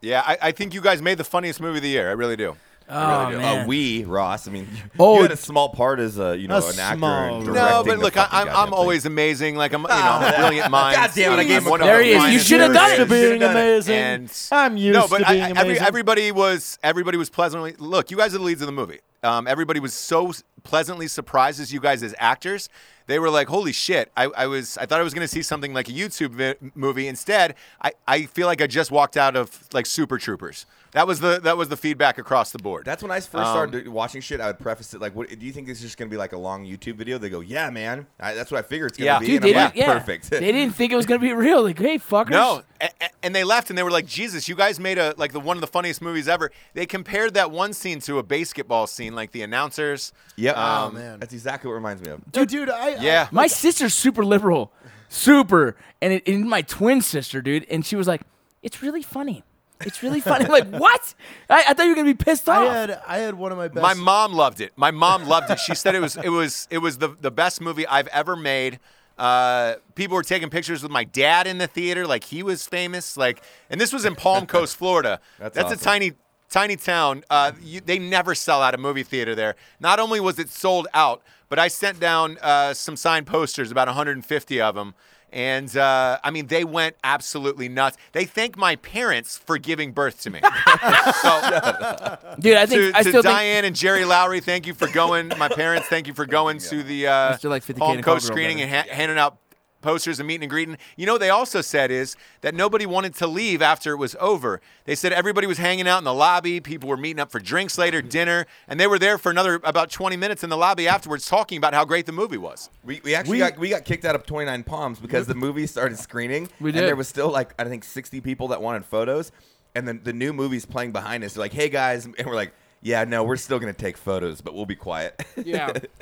C: Yeah, I, I think you guys made the funniest movie of the year. I really do.
D: Oh
F: Uh,
D: man.
F: we Ross. <laughs> I mean,
D: Oh,
F: you had a small part as a you know
E: a
F: an actor.
E: small-
F: and
C: No,
E: No,
F: directing
C: but
F: the
C: look, I,
F: fucking
C: I'm,
F: goddamn
C: I'm
F: thing.
C: always amazing. Like
F: <laughs>
C: I'm, you know, I'm a brilliant mind.
F: God damn it, I gave him a
C: There
D: There he is. You
E: Mine's
D: should have done
E: used
D: it.
E: to being
F: done it.
E: amazing.
C: And
E: I'm used
C: no, but
E: to
C: I-
E: being
C: I-
E: amazing.
C: every, everybody was everybody was pleasantly. Look, you guys are the leads of the movie. Um, everybody was so s- pleasantly surprised as you guys as actors. They were like, "Holy shit!" I, I was I thought I was going to see something like a YouTube vi- movie. Instead, I, I feel like I just walked out of like Super Troopers. That was the that was the feedback across the board.
F: That's when I
C: Um,
F: first started watching shit. I would preface it like, "What do you think this is just gonna be like a long YouTube video?" They go, "Yeah, man, I, that's what I figured it's gonna
C: Yeah.
F: be."
C: Dude,
F: and
D: they
F: I'm
D: didn't,
F: like,
D: yeah.
F: "Perfect."
D: they didn't think it was gonna be real. Like, hey, fuckers.
C: No, a- a- and they left and they were like, "Jesus, you guys made a like the one of the funniest movies ever." They compared that one scene to a basketball scene, like the announcers.
F: <laughs>
C: Uh,
F: yep. Um,
E: oh man,
F: That's exactly what it reminds me of.
E: dude, dude, I
C: Yeah,
D: My sister's super liberal, super, and, it, and my twin sister, dude, and she was like, "It's really funny. It's really funny."
E: <laughs>
D: I'm like, what? I, I thought you were gonna be pissed
E: I,
D: off.
E: I had I had one of my best.
C: my mom loved it. My mom loved it. She said it was it was it was the the best movie I've ever made. Uh, people were taking pictures with my dad in the theater, like he was famous. Like, and this was in Palm Coast, Florida.
F: <laughs> That's
C: a
F: awesome.
C: tiny. Tiny town. Uh, you, they never sell out a movie theater there. Not only was it sold out, but I sent down uh, some signed posters, about 150 of them, and uh, I mean they went absolutely nuts. They thanked my parents for giving birth to me. <laughs> so
D: dude, I think
C: to,
D: I
C: to
D: still think.
C: Diane and Jerry Lowry, thank you for going. My parents, thank you for going to the uh,
D: Mr. Like 50K
C: home
D: and a call
C: coast
D: girl
C: screening and
D: better.
C: ha- handing out posters and meeting and greeting. You know, what they also said is that nobody wanted to leave after it was over. They said everybody was hanging out in the lobby. People were meeting up for drinks later, dinner, and they were there for another about 20 minutes in the lobby afterwards, talking about how great the movie was.
F: We, we actually
E: We-
F: got we got kicked out of 29 Palms because the movie started screening.
D: We
F: And
D: did.
F: there was still like I think 60 people that wanted photos, and then the new movie's playing behind us. They're like, "Hey guys," and we're like, "Yeah, no, we're still gonna take photos, but we'll be quiet."
D: Yeah.
E: <laughs>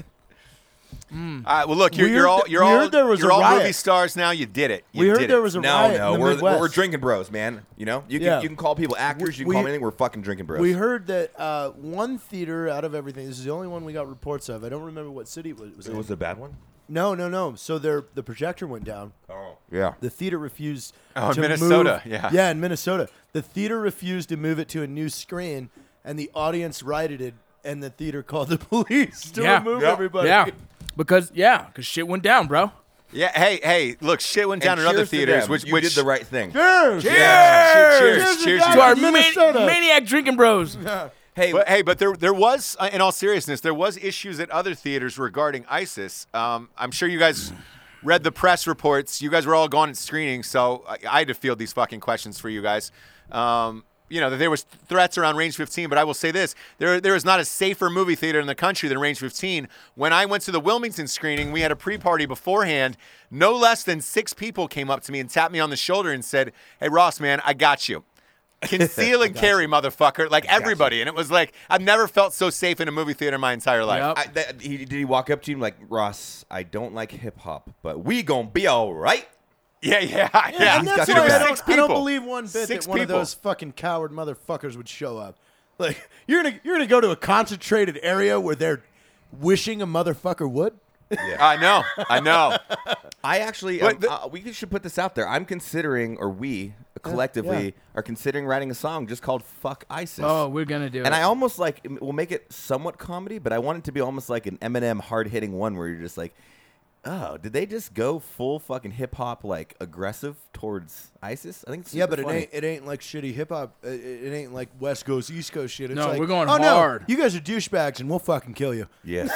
C: All right, Uh, well, look, you're,
E: Weird
C: you're all
E: that-
C: you're
E: we
C: all
E: heard there was
C: you're
E: a
C: all
E: riot.
C: movie stars now. You did it. You
E: we heard
C: did
E: there
C: it.
E: was a
F: no,
E: riot in
F: no,
E: the
F: we're
E: Midwest.
F: we're drinking bros, man. You know, you can
E: Yeah.
F: you can call people actors, you can
E: We-
F: call them anything. We're fucking drinking bros.
E: We heard that uh, one theater out of everything. This is the only one we got reports of. I don't remember what city it was. was
F: it was a bad one.
E: no, no, no. So their the projector went down.
F: Oh yeah.
E: The theater refused.
C: Oh, in
E: to
C: Minnesota,
E: move-
C: yeah.
E: yeah, in Minnesota, the theater refused to move it to a new screen, and the audience rioted it, and the theater <laughs> called the police to
D: Yeah.
E: remove
F: Yeah.
E: everybody.
D: yeah. Because yeah, because shit went down, bro.
C: yeah. Hey, hey, look, shit went down
F: And
C: in other
F: cheers to
C: theaters,
F: them.
C: which
F: you
C: which
F: did the right thing.
E: Cheers!
C: Yeah. Cheers,
E: Cheers
C: cheers,
E: to
C: cheers.
E: that.
D: To our
E: Minnesota. <laughs>
D: maniac drinking bros.
F: Hey,
C: But hey, but there there was, uh, in all seriousness, there was issues at other theaters regarding ISIS. Um, I'm sure you guys read the press reports. You guys were all gone at screening, so I, I had to field these fucking questions for you guys. Um, you know that there was threats around Range 15, but I will say this: there there is not a safer movie theater in the country than Range 15. When I went to the Wilmington screening, we had a pre-party beforehand. No less than six people came up to me and tapped me on the shoulder and said, "Hey Ross, man, I got you." conceal and carry, motherfucker. Like everybody, and it was like I've never felt so safe in a movie theater my entire life.
D: Yep.
F: I, that, he, did he walk up to you and like Ross? I don't like hip hop, but we gonna be all right.
C: Yeah, yeah, yeah.
E: And
F: he's
E: that's
F: got
C: Dude,
E: why
C: it was
E: I don't,
C: six
E: I
C: people.
E: don't believe one bit
C: Six
E: that one
C: people.
E: of those fucking coward motherfuckers would show up. Like you're gonna you're gonna go to a concentrated area where they're wishing a motherfucker would.
C: I know, I know.
F: I actually,
C: But
F: um,
C: the-
F: uh, we should put this out there. I'm considering, or we collectively
E: yeah.
F: are considering writing a song just called "Fuck ISIS."
D: Oh, we're gonna do it.
F: and I almost like we'll make it somewhat comedy, but I want it to be almost like an Eminem hard hitting one where you're just like, "Oh, did they just go full fucking hip hop like aggressive towards ISIS?" I think it's
E: Yeah, but
F: super
E: it
F: funny.
E: ain't it ain't like shitty hip hop. It, it ain't like West Coast East Coast shit. It's
D: No,
E: like,
D: we're going
E: oh,
D: hard."
E: No, you guys are douchebags, and we'll fucking kill you. <laughs>
F: yes.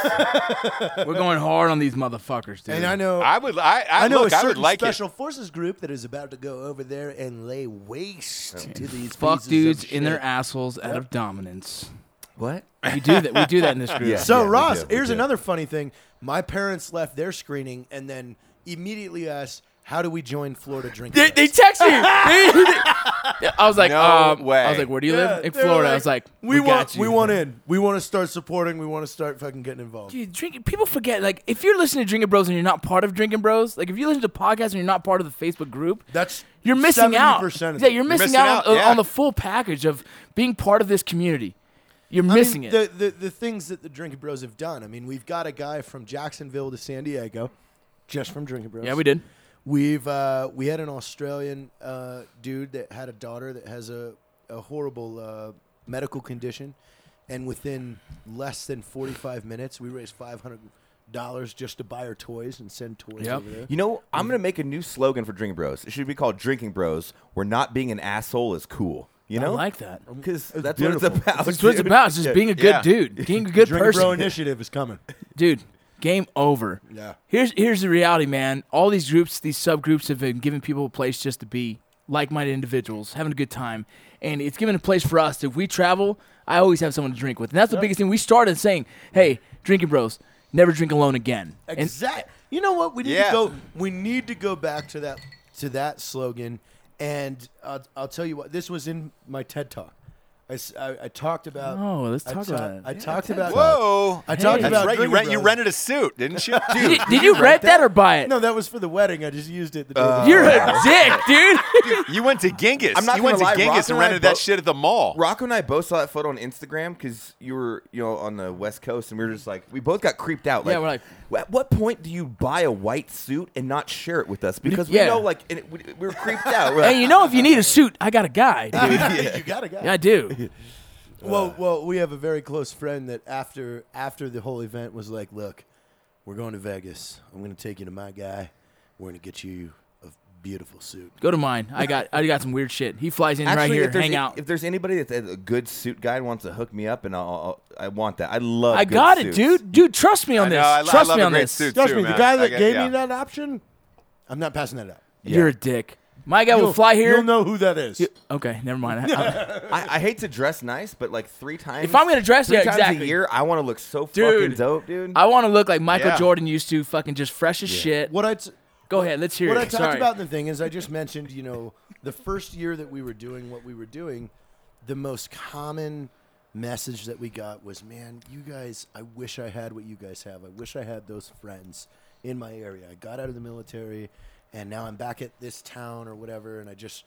D: We're going hard on these motherfuckers, dude.
E: And I know
C: I would, I, I,
E: I know
C: look,
E: a
C: I
E: certain
C: would like
E: special forces group that is about to go over there and lay waste to these
D: Fuck
E: pieces of
D: dudes in
E: shit.
D: their assholes out of dominance.
F: what?
D: We do that. We do that
E: <laughs>
D: in this group.
F: Yeah.
E: So
F: we
E: Ross,
F: do, we
E: here's
F: do.
E: another funny thing. My parents left their screening and then immediately asked, "How do we join Florida Drink?"
D: They,
E: Fest?"
D: they text me. They- I was like,
C: No
D: um,
C: way.
D: I was like, where do you
E: Yeah,
D: live? In
E: they were
D: Florida. I was like, we,
E: want,
D: got you.
E: we want in. We want to start supporting. We want to start fucking getting involved.
D: Dude, drink, people forget. Like, if you're listening to Drinking Bros and you're not part of Drinking Bros, like if you listen to podcasts and you're not part of the Facebook group,
E: That's
D: you're missing out.
E: 70% of
D: Yeah,
E: it.
D: you're missing,
C: missing
D: out,
C: out,
D: on,
C: yeah.
D: on the full package of being part of this community. You're
E: I mean,
D: missing it.
E: The, the the things that the Drinking Bros have done. I mean, we've got a guy from Jacksonville to San Diego, just from Drinking Bros.
D: yeah, we did.
E: We've uh, we had an Australian uh, dude that had a daughter that has a a horrible uh, medical condition, and within less than forty five minutes, we raised five hundred dollars just to buy her toys and send toys
D: Yep.
E: over there.
F: You know, I'm gonna make a new slogan for Drinking Bros. It should be called Drinking Bros, where not being an asshole is cool. You
D: I
F: know,
D: like that.
F: because that's what
E: beautiful.
F: it's about.
D: That's what it's
F: dude.
D: about. It's just
F: Yeah.
D: being a good
C: Yeah.
D: dude, being a good
E: Drinking
D: person.
E: Bro initiative is coming.
D: dude game over
E: Yeah.
D: here's here's the reality man all these groups these subgroups have been giving people a place just to be like-minded individuals having a good time and it's given a place for us if we travel i always have someone to drink with and that's the biggest thing we started saying hey drinking bros never drink alone again <laughs> And-
E: Exactly. You know what? We need
C: Yeah.
E: to go. We need to go back to that to that slogan. And I'll, I'll tell you what. This was in my TED talk. I, s- I- I talked about.
D: Oh, let's
E: I
D: talk
E: ta-
D: about it.
E: I talked about.
C: Whoa.
E: I talked
D: Hey.
E: about.
C: That's right. You,
E: Drinking
C: rent, you
E: Bros.
C: rented a suit, didn't you?
D: did,
C: Dude,
D: did you rent that or buy
E: <laughs>
D: it
E: No, that was for the wedding. I just used it. The day
C: Uh,
E: before.
D: you're a dick dude
C: you went to Genghis.
F: I'm not
C: you went to
F: gonna lie,
C: Genghis
F: Rock
C: and
F: and I
C: rented that
F: both-
C: shit at the mall.
F: Rocco and I both saw that photo on Instagram because you were, you know, on the West Coast, and we were just like, we both got creeped out. Like,
D: Yeah, we're like-
F: "W- at what point do you buy a white suit and not share it with us? Because
D: Yeah.
F: we know, like, and it, we, we were creeped out. We're like,
D: hey you know if you need a suit i got a guy dude.
E: you got to go.
D: i do
E: Well, well, we have a very close friend that after after the whole event was like, "Look, we're going to Vegas. I'm going to take you to my guy. We're going to get you a beautiful suit."
D: go to mine i got i got some weird shit he flies in
F: Actually,
D: right
F: if
D: here
F: there's,
D: hang
F: a-
D: out
F: If there's anybody that's a a good suit guy and wants to hook me up, and I'll, I'll, I want that. I love.
D: I
F: good
D: got it,
F: suits.
D: dude. Dude, trust me on
C: I
D: this.
C: know, I lo- I
D: trust
C: love
D: me
C: a
D: on
C: great
D: this.
C: suit.
E: Trust
C: too,
E: me,
C: man.
E: the guy
C: I
E: that
C: get-
E: gave
C: yeah.
E: me that option, I'm not passing that up.
D: You're a dick. My guy will fly here.
E: You'll know who that is.
D: Okay,
C: <laughs>
D: never mind. <laughs> I- I-
F: I, I hate to dress nice, but like three times.
D: If I'm gonna dress-
F: three
D: yeah,
F: times
D: exactly.
F: a year, I want to look so fucking
D: Dude.
F: dope, dude.
D: I, want to look like Michael
C: Yeah.
D: Jordan used to, fucking just fresh as shit.
E: What I t-
D: Go ahead, let's hear
E: what
D: it.
E: I talked
D: Sorry.
E: about in the thing is I just mentioned, you know, the first year that we were doing what we were doing, the most common message that we got was, "Man, you guys, I wish I had what you guys have. I wish I had those friends in my area. I got out of the military, and now I'm back at this town or whatever, and I just,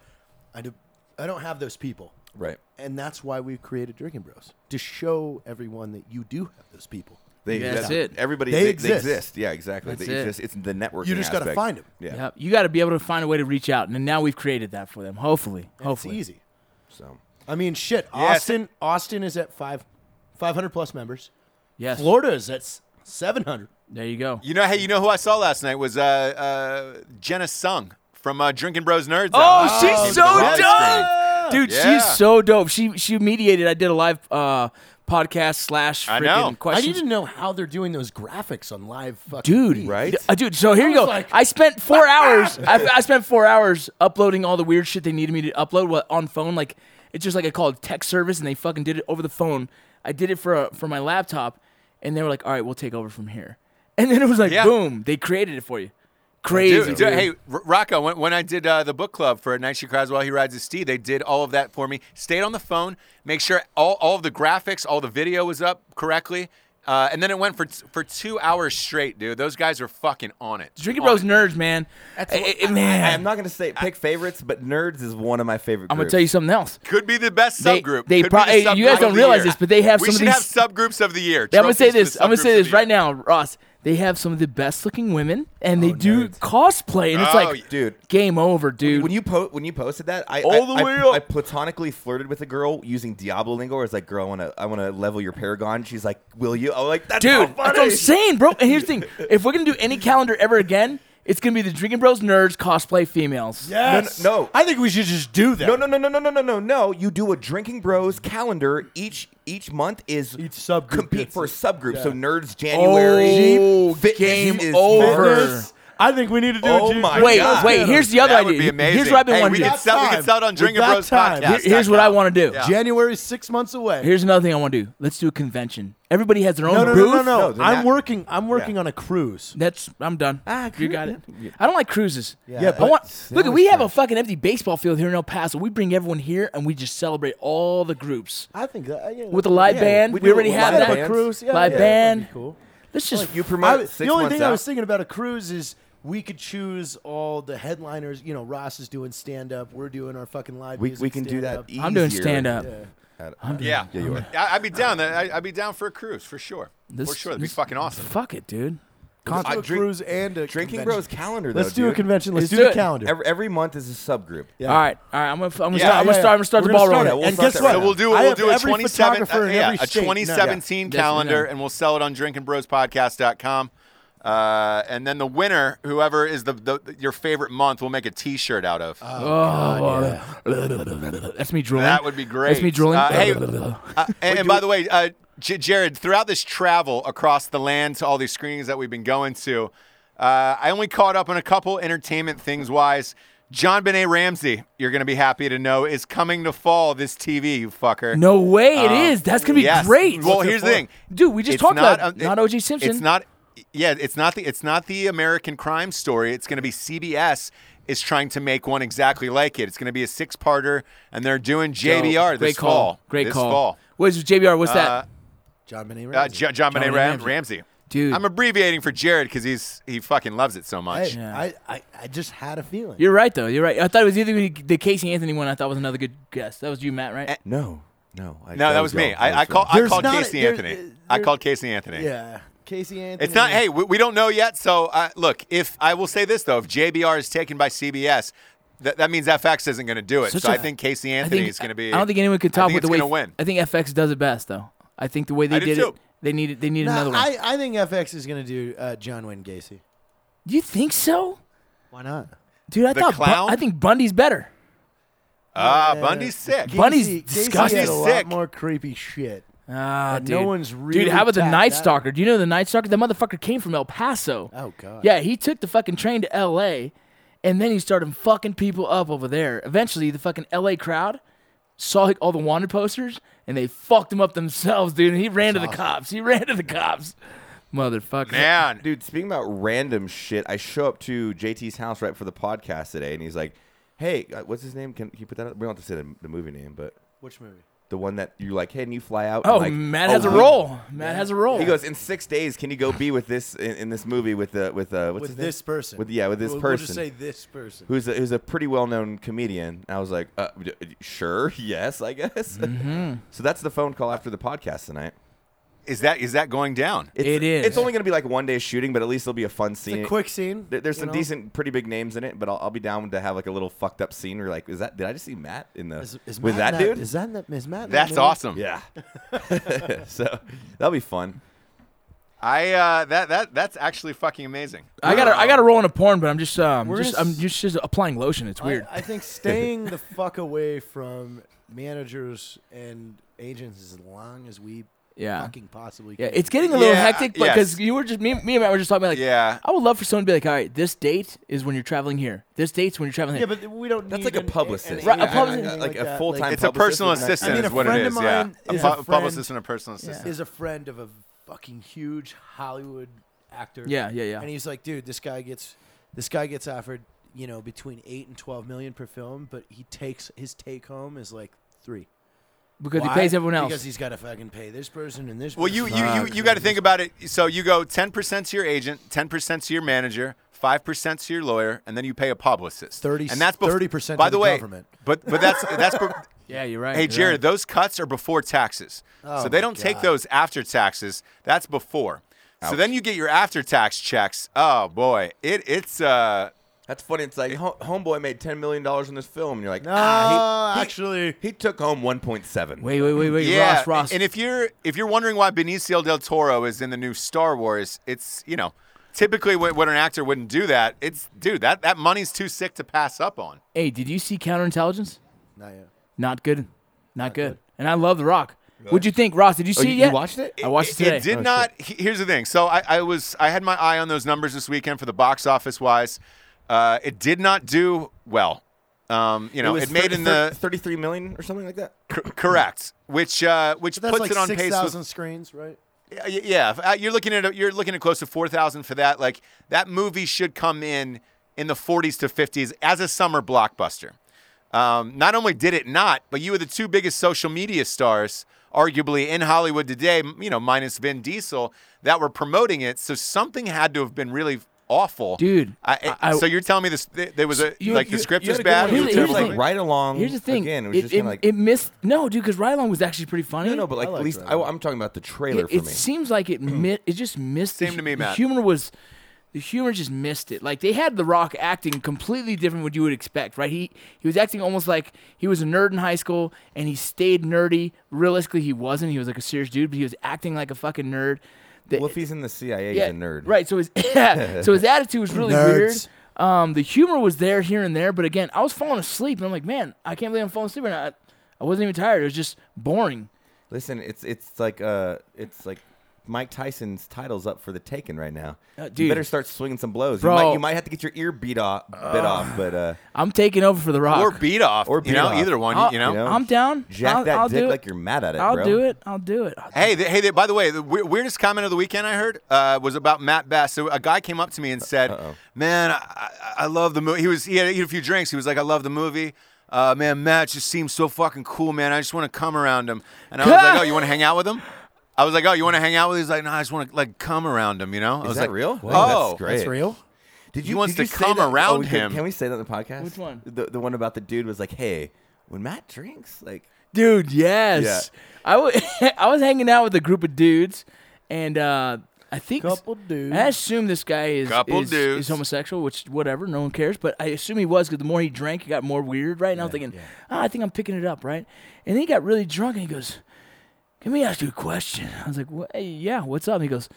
E: I do, I don't have those people."
F: right.
E: And that's why we created Drinking Bros to show everyone that you do have those people.
F: They,
D: Yeah, that's
F: that-
D: it.
F: Everybody
E: They
F: they, they
E: exist.
F: exist. Yeah, exactly.
D: That's
F: they
D: it.
F: exist. It's the network.
E: You just gotta
F: aspect.
E: find 'em.
F: Yeah.
D: Yep, you got to be able to find a way to reach out, and now we've created that for them. Hopefully,
E: It's
D: hopefully.
E: easy.
F: So
E: I mean, shit.
C: Yes.
E: Austin, Austin is at five, five hundred plus members.
D: Yes.
E: Florida is at seven hundred.
D: There you go.
C: You know, hey, you know who I saw last night was uh, uh, Jenna Sung from uh, Drinking Bros Nerds.
D: Oh, she's so
C: She's the rock
D: dope.
C: screen.
E: Yeah.
D: dude,
C: Yeah.
D: she's so dope. She she mediated. I did a live uh, podcast slash
C: I know.
D: freaking
E: I
D: questions.
E: need to know how they're doing those graphics on live fucking
D: dude
E: video.
F: Right?
D: uh, dude so here you go
E: was like-
D: i spent
E: <laughs>
D: four hours I, I spent four hours uploading all the weird shit they needed me to upload what, on phone like it's just like i called tech service and they fucking did it over the phone i did it for uh, for my laptop and they were like all right we'll take over from here <laughs> and then it was like
C: Yeah.
D: boom they created it for you crazy
C: Dude, dude,
D: dude.
C: hey, R- Rocco, when, when I did uh, the book club for Night She Cries While He Rides His Steed, they did all of that for me. Stayed on the phone, make sure all, all of the graphics, all the video was up correctly. Uh, and then it went for t- for two hours straight, dude. Those guys are fucking on it.
D: drinking
C: On
D: bros
C: it.
D: nerds man Eh, eh, man
F: I'm not gonna say pick favorites, but nerds is one of my favorite.
D: i'm gonna
F: groups.
D: tell you something else
C: could be the best
D: They-
C: subgroup.
D: they
C: Could
D: pro-
C: be
D: hey,
C: the
D: you guys
C: subgroup
D: don't
C: of the
D: realize
C: year.
D: this, but they have
C: we
D: some of
C: should
D: these-
C: have subgroups of the year.
D: Yeah, I'm gonna say
C: Trophies
D: this.
C: for
D: I'm gonna
C: subgroups
D: say
C: of
D: this
C: the
D: right
C: year.
D: now, Ross. They have some of the best looking women, and they do cosplay, and it's
C: Oh,
D: like,
F: dude.
D: game over, dude.
F: When you po- when you posted that, I
D: All
F: I-
D: the
F: I-
D: way up.
F: I platonically flirted with a girl using Diablo lingo. I was like, "Girl, I wanna I wanna level your Paragon." She's like, "Will you?" I'm like, "That's
D: dude,
F: so
D: that's what I'm
F: funny."
D: saying, bro. And here's the thing: if we're gonna do any calendar ever again, it's gonna be the Drinking Bros nerds cosplay females.
E: Yes.
F: No, no, no.
E: I think we should just do that.
F: No, no, no, no, no, no, no, no, no. You do a Drinking Bros calendar each each month is
E: Each subgroup
F: compete
E: gets
F: for a
E: it.
F: subgroup.
E: Yeah.
F: So nerds January,
D: Oh,
F: fitness
D: game
F: is
D: over.
F: March.
E: I think we need to do
F: Oh
E: a G-
F: my
D: Wait,
F: God.
D: wait. Here's the other
C: that
D: idea.
C: would be amazing.
D: Here's what I've been
C: hey,
D: wondering.
C: We could,
E: With
C: sell, we
E: that
C: could sell it on
E: time.
C: Drinking
E: With that
C: Bros
E: time.
C: podcast.
D: Here- here's what I want to do.
C: Yeah.
E: January six months away.
D: Here's another thing I want to do. Let's do a convention. Everybody has their own
E: no, no,
D: booth.
E: no, no, no,
F: they're
E: I'm
F: not-
E: working. I'm working on a cruise.
D: That's I'm done.
F: Ah,
D: you
F: cru-
D: got it. I don't like cruises. Yeah,
E: Yeah,
D: I
E: but-
D: want. Look,
F: that
D: we
F: was
D: have a fucking empty baseball field here in El Paso. We bring everyone here and we just celebrate all the groups
E: I think that yeah,
D: with a live
F: uh, Yeah,
D: band.
F: we
D: We,
F: do
D: already
F: a
D: have
F: live
E: yeah,
D: that.
E: a
F: band.
E: cruise. Yeah,
D: Live
E: yeah,
D: band.
E: that'd be cool.
D: Let's just.
F: You
E: I
F: promote
E: was-
F: six
E: the only
F: months
E: thing
F: out.
E: I was thinking about a cruise is we could choose all the headliners. You know, Ross is doing stand up. We're doing our fucking live.
F: we,
E: music
F: we can do that. e-
E: stand-up.
F: Easier.
D: I'm doing stand up.
C: Yeah,
F: Yeah, you are.
C: I, I'd be down. I, I'd be down for a cruise for sure.
D: This-
C: for sure, that'd be
D: this-
C: fucking awesome.
D: Fuck it, dude.
E: Let's do a
F: drink-
E: cruise and a
F: Drinking
E: convention.
F: Bros calendar. Though,
E: Let's do a
F: dude.
E: convention. Let's,
D: Let's
E: do
D: do
E: the
D: it.
E: calendar.
F: Every, every month is a subgroup.
E: Yeah.
D: All right, all right. I'm gonna,
C: Yeah,
D: I'm gonna, start, I'm
E: yeah,
D: gonna start.
E: yeah.
D: I'm gonna start
E: We're
D: the
E: gonna
D: ball
E: start
D: rolling.
E: it.
F: we'll
E: and
F: start
E: guess
F: that
E: what?
F: right
C: So we'll do
E: I
C: we'll
E: have
C: do a
E: every
C: 27 uh,
E: photographer in
C: yeah,
E: every
C: a
E: state.
C: 2017
D: No.
C: calendar,
D: That's-
C: and we'll sell it on drinkandbrospodcast.com. Uh, and then the winner, whoever is the, the your favorite month, we'll make a T-shirt out of.
D: That's me drooling.
C: that would be great.
D: That's me drooling.
C: Uh, hey, uh, and, and by the way, uh, J- Jared, throughout this travel across the land to all these screenings that we've been going to, uh, I only caught up on a couple entertainment things wise. John Benet Ramsey, you're going to be happy to know, is coming to fall this TV, you fucker.
D: no way, it
C: Um,
D: is. That's gonna be
C: yes.
D: great.
C: Well, here's the thing.
D: dude. We just
C: It's
D: talked about
C: uh,
D: it. not O.J. Simpson.
C: It's not. Yeah, it's not the it's not the American crime story. It's going to be CBS is trying to make one exactly like it. It's going to be a six parter, and they're doing JBR this
D: Great call.
C: fall.
D: Great
C: this
D: call.
C: fall.
D: What's JBR? What's
C: Uh,
D: that?
E: John Benet
C: Uh,
E: Ramsey.
C: J- John Benet
D: Jonathan
C: Ram-
D: Ramsey.
C: Ramsey.
D: Dude.
C: I'm abbreviating for Jared because he's he fucking loves it so
E: Hey,
C: much.
D: Yeah.
E: I, I, I just had a feeling.
D: You're right though. You're right. I thought it was either the Casey Anthony one. I thought was another good guess. That was you, Matt, right?
F: No, no. I,
C: no, that was me.
F: y'all.
C: I, I,
F: That was
C: call,
F: y'all.
C: I
E: There's
C: called
E: not a-
C: Casey
E: there-
C: Anthony.
E: there-
C: I called Casey Anthony.
E: yeah, Casey Anthony.
C: It's not. Hey, we, we don't know yet. So uh, look, if I will say this though, if JBR is taken by CBS, that that means FX isn't going to do it.
D: Such
C: so
D: a-
C: I think Casey Anthony is going to be.
D: I don't think anyone could top
C: think
D: with
C: it's
D: the way.
C: gonna win.
D: I think FX does it best though. I think the way they
C: I do
D: did it,
C: too.
D: they needed they needed
E: Nah,
D: another one.
E: I, I think FX is going to do uh, John Wayne Gacy.
D: do you think so,
E: Why not?
D: dude? I
C: The
D: thought Bu-
C: clown?
D: I think Bundy's better.
C: Ah, Bundy's sick.
D: Bun- Bunny's
E: Gacy, Gacy
D: disgusting.
E: had a
C: Sick.
E: lot more creepy shit.
D: Ah,
E: But no one's
D: Dude,
E: really
D: how about the
E: tapped
D: Night
E: that.
D: Stalker? Do you know the Night Stalker? That motherfucker came from El Paso.
E: Oh, God.
D: Yeah, he took the fucking train to L.A. and then he started fucking people up over there. Eventually, the fucking L.A. crowd saw like, all the wanted posters and they fucked him up themselves, dude. And he ran to the cops. He <laughs> ran to the cops. Motherfucker.
C: Man,
F: Dude, speaking about random shit, I show up to JT's house right for the podcast today, and he's like, "Hey, uh, what's his name? Can, can you put that? up? We don't have to say the, the movie name, but
E: Which movie?
F: the one that you're like, hey, and you fly out. and
D: Oh,
F: like,
D: Matt
F: oh,
D: has a
F: we-
D: role. Matt has a role.
F: He goes in six days. Can you go be with this in, in this movie with the with uh what's
E: With
F: his name?
E: this person.
F: With yeah, with this
E: We'll- We'll
F: person
E: just say this person.
F: who's a, who's a pretty well known comedian. And I was like, uh, d- d- sure, <laughs> yes, I guess. <laughs> so that's the phone call after the podcast tonight.
C: is that is that going down?
F: It's,
D: It is.
F: It's only going to be like one day shooting, but at least it'll be a fun scene.
E: It's a quick scene.
F: There- There's
E: you
F: some
E: know?
F: decent, pretty big names in it, but I'll, I'll be down to have like a little fucked up scene where like, is that? Did I just see Matt in the
E: Is, is
F: with
E: Matt
F: that
E: in
F: dude? <laughs>
E: Is that in that? Is Matt? in that
C: That's
E: movie?
C: awesome.
F: yeah. so that'll be fun.
C: I uh, that that that's actually fucking amazing.
D: I got to I got to roll into porn, but I'm just um
E: We're
D: just
E: gonna
D: I'm
E: s-
D: just just applying lotion. It's weird.
E: I, I think staying the fuck away from managers and agents as long as we
D: Yeah.
E: fucking possibly
D: yeah,
E: can.
D: it's getting a little
C: Yeah,
D: hectic, but
C: yes.
D: because you were just me, me and Matt were just talking about like,
C: Yeah.
D: I would love for someone to be like, all right, this date is when you're traveling here. This date's when you're traveling.
E: yeah,
D: Here.
E: but we don't.
F: That's
E: need
F: like a
E: an- an
F: publicist.
E: agent
D: Right, a
E: or
D: publicist.
E: anything
F: Like a
E: that.
F: full-time
E: Like,
C: It's a personal
F: publicist is
C: assistant,
E: not- I mean,
C: is
E: a
C: what it
E: friend of
C: is. Yeah,
E: mine
C: a,
E: is
C: pu-
E: a friend-
C: publicist and a personal assistant.
E: is a friend of a fucking huge Hollywood actor.
D: Yeah, yeah, yeah.
E: And he's like, dude, this guy gets this guy gets offered, you know, between eight and twelve million per film, but he takes his take home is like three.
D: because
E: Why?
D: he pays everyone else.
E: Because he's got to fucking pay this person and this.
C: Well, you
E: person.
C: you you, you got to think about it. So you go ten percent to your agent, ten percent to your manager, five percent to your lawyer, and then you pay a publicist.
E: 30
C: and that's bef-
E: 30%
C: By
E: to
C: the
E: the
C: way,
E: government.
C: but but that's that's. bef-
D: yeah, you're right.
C: Hey
D: you're
C: Jared,
D: right.
C: those cuts are before taxes, so they
E: my
C: don't take
E: God.
C: those after taxes. That's before. So then you get your after tax checks. Oh boy, it it's uh
F: That's funny. It's like Ho- homeboy made ten million dollars in this film, and you're like, no,
C: Ah,
E: No, actually-
F: he took home one point seven.
D: Wait, wait, wait, wait.
C: yeah.
D: Ross, Ross.
C: And if you're if you're wondering why Benicio del Toro is in the new Star Wars, it's you know typically when, when an actor wouldn't do that, it's dude that that money's too sick to pass up on.
D: hey, did you see Counterintelligence?
E: Not yet.
D: Not good. Not, good. And I love The Rock. What'd you think, Ross? Did you see it yet?
F: it?
D: I watched it
C: It-
D: today. Oh,
C: It did not. he- Here's the thing. So I, I was I had my eye on those numbers this weekend for the box office wise. Uh, it did not do well. Um, you know, it,
F: was
C: made in the
F: thirty-three million or something like that.
C: cor- correct, which uh, which
E: That's
C: puts
E: like
C: it on
E: six
C: pace with
E: thousand screens, right?
C: Yeah, y- yeah. if, uh, You're looking at a- you're looking at close to four thousand for that. Like that movie should come in in the 40s to 50s as a summer blockbuster. Um, not only did it not, but you were the two biggest social media stars, arguably in Hollywood today. m- You know, minus Vin Diesel, that were promoting it. So something had to have been really awful,
D: Dude,
C: I, I-
D: I-
C: so you're telling me this? th- There was a
D: You-
C: like
D: you-
C: the script
E: you
C: is
E: had a good
C: bad.
E: one.
C: it was
D: Here's-
F: It
D: here's
C: terrible.
D: the
F: was like
D: thing.
F: right along.
D: Here's the thing.
F: Again, it was
D: it,
F: just kind of
D: it-
F: like
D: it missed. No, dude, because Rylon was actually pretty funny.
F: no, no, but like
E: I
F: at
E: liked
F: least
E: Red
F: I, am talking about the trailer
D: it, it
F: for me. Mm-hmm.
D: seems like it mi- it just missed. the
C: Same to
D: hu-
C: me,
D: the
C: Matt.
D: humor was, the humor just missed it. Like they had The Rock acting completely different what you would expect, right? He he was acting almost like he was a nerd in high school and he stayed nerdy. Realistically, he wasn't. He was like a serious dude, but he was acting like a fucking nerd. The-
F: well, if he's in the CIA,
D: yeah,
F: he's a nerd.
D: Right. So his <laughs> yeah,
F: <laughs>
D: so his attitude was really
E: Nerds.
D: weird. Um, the humor was there here and there, but again, I was falling asleep, and I'm like, man, I can't believe I'm falling asleep right now. I, I wasn't even tired. It was just boring.
F: Listen, it's it's like uh, it's like Mike Tyson's title's up for the taking right now.
D: Uh, dude.
F: you better start swinging some blows.
D: Bro.
F: You might you might have to get your ear beat off, bit off, but uh,
D: I'm taking over for the Rock.
C: or beat off,
F: Or
C: you
F: beat
C: know,
F: off.
C: either one,
D: I'll-
C: you know.
F: you know?
D: I'm down.
F: jack
D: I'll,
F: that
D: I'll
F: dick
D: do it.
F: like you're mad at it,
D: I'll
F: bro.
D: do it. I'll do it. I'll do it.
C: Hey, th- hey! Th- by the way, the we- weirdest comment of the weekend I heard uh, was about Matt Bass. So a guy came up to me and said, "Man, I, I- I love the movie." He was he had, he had a few drinks. He was like, "I love the movie." Uh, man, Matt just seems so fucking cool, man. I just want to come around him. And I was like, "Oh, you want to hang out with him?" I was like, "Oh, you want to hang out with?" him? He's like, "No, I just want to like come around him." You know? I
F: Is
C: was
F: that
C: like,
F: real?
C: Oh,
F: that's great.
E: That's real.
F: Did
C: He wants
F: did
C: to
F: say
C: come
F: that- Oh,
C: around
F: we can-
C: him.
F: Can, we say that on the podcast?
D: Which one?
F: The, the one about the dude was like, "Hey, when Matt drinks, like
D: dude. Yes. I I, w- <laughs> I was hanging out with a group of dudes, and uh, I think
E: Couple dudes.
D: I assume this guy is
C: Couple
D: is,
C: dudes.
D: is homosexual, which whatever, no one cares. But I assume he was because the more he drank, it got more weird, right? And I'm thinking, "Ah, I think I'm picking it up, right? And then he got really drunk, and he goes, "Can we ask you a question?" I was like, "What? hey, Yeah, what's up?" And he goes.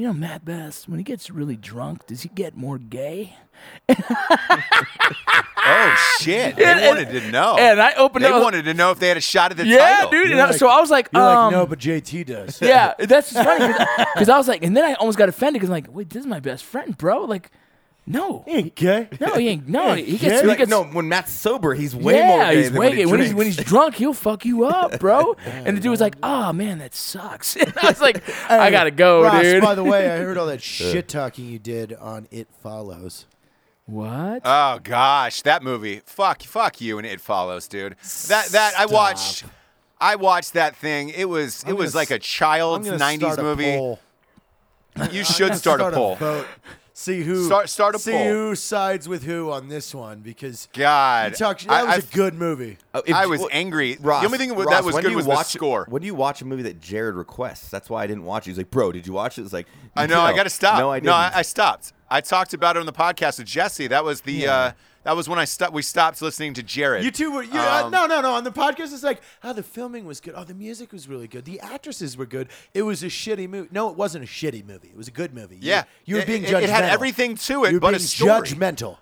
D: You know, Matt Bass, when he gets really drunk, does he get more gay?
C: oh shit! They
D: And- and-
C: wanted to know.
D: and I opened
C: Oh. They
D: up-
C: wanted to know if they had a shot at the
D: Yeah,
C: title.
D: dude.
E: You're
D: and I-
E: like-
D: so I was like,
E: You're
D: um,
E: like, no, but JT does.
D: <laughs> yeah, that's just funny because I was like, and then I almost got offended because I'm like, wait, this is my best friend, bro. Like, no,
E: Okay.
D: no, he ain't. No, he
E: Yeah,
D: gets.
F: You're
D: He
F: like,
D: gets
F: no, when Matt's sober, he's way
D: yeah,
F: more. gay
D: he's
F: than
D: way
F: when, he
D: gay. When he's when he's
F: drinks."
D: drunk, he'll fuck you up, bro. and the dude was like, oh man, that sucks. <laughs> And I was like, I gotta go,
E: Ross,
D: dude.
E: By the way, I heard all that shit talking you did on It Follows.
D: <laughs> what?
C: Oh gosh, that movie. Fuck, fuck you and it follows, dude. That that I watched. I watched that thing. It was it
E: I'm
C: was
E: gonna
C: like a
E: s-
C: child's
E: I'm gonna
C: '90s
E: start a
C: movie.
E: poll.
C: You should start, a poll.
E: vote. See who
C: Start- start a
E: see
C: poll.
E: who sides with who on this one because
C: God,
E: you talk- that
C: I,
E: was
C: I-
E: a good movie.
F: Oh, if
C: I
F: J-
C: was
F: well,
C: angry.
F: Ross,
C: Uh, the only thing
F: Ross,
C: that was
F: when do
C: good
F: you
C: was the
F: watch,
C: score.
F: When do you watch a movie that Jared requests? That's why I didn't watch it. He's like, bro, did you watch it? It's like,
C: I know.
F: no.
C: I got to stop.
F: No, I didn't.
C: I, I stopped. I talked about it on the podcast with Jesse. That was the uh, that was when I stopped. We stopped listening to Jared.
E: You two were you, uh,
C: Um,
E: no, no, no. On the podcast, it's like, oh, the filming was good. Oh, the music was really good. The actresses were good. It was a shitty movie. No, it wasn't a shitty movie. It was a good movie. You-
C: Yeah.
E: you were
C: It-
E: being
C: it-
E: judgmental.
C: it had everything to it,
E: you were
C: but a
E: being
C: story.
E: judgmental.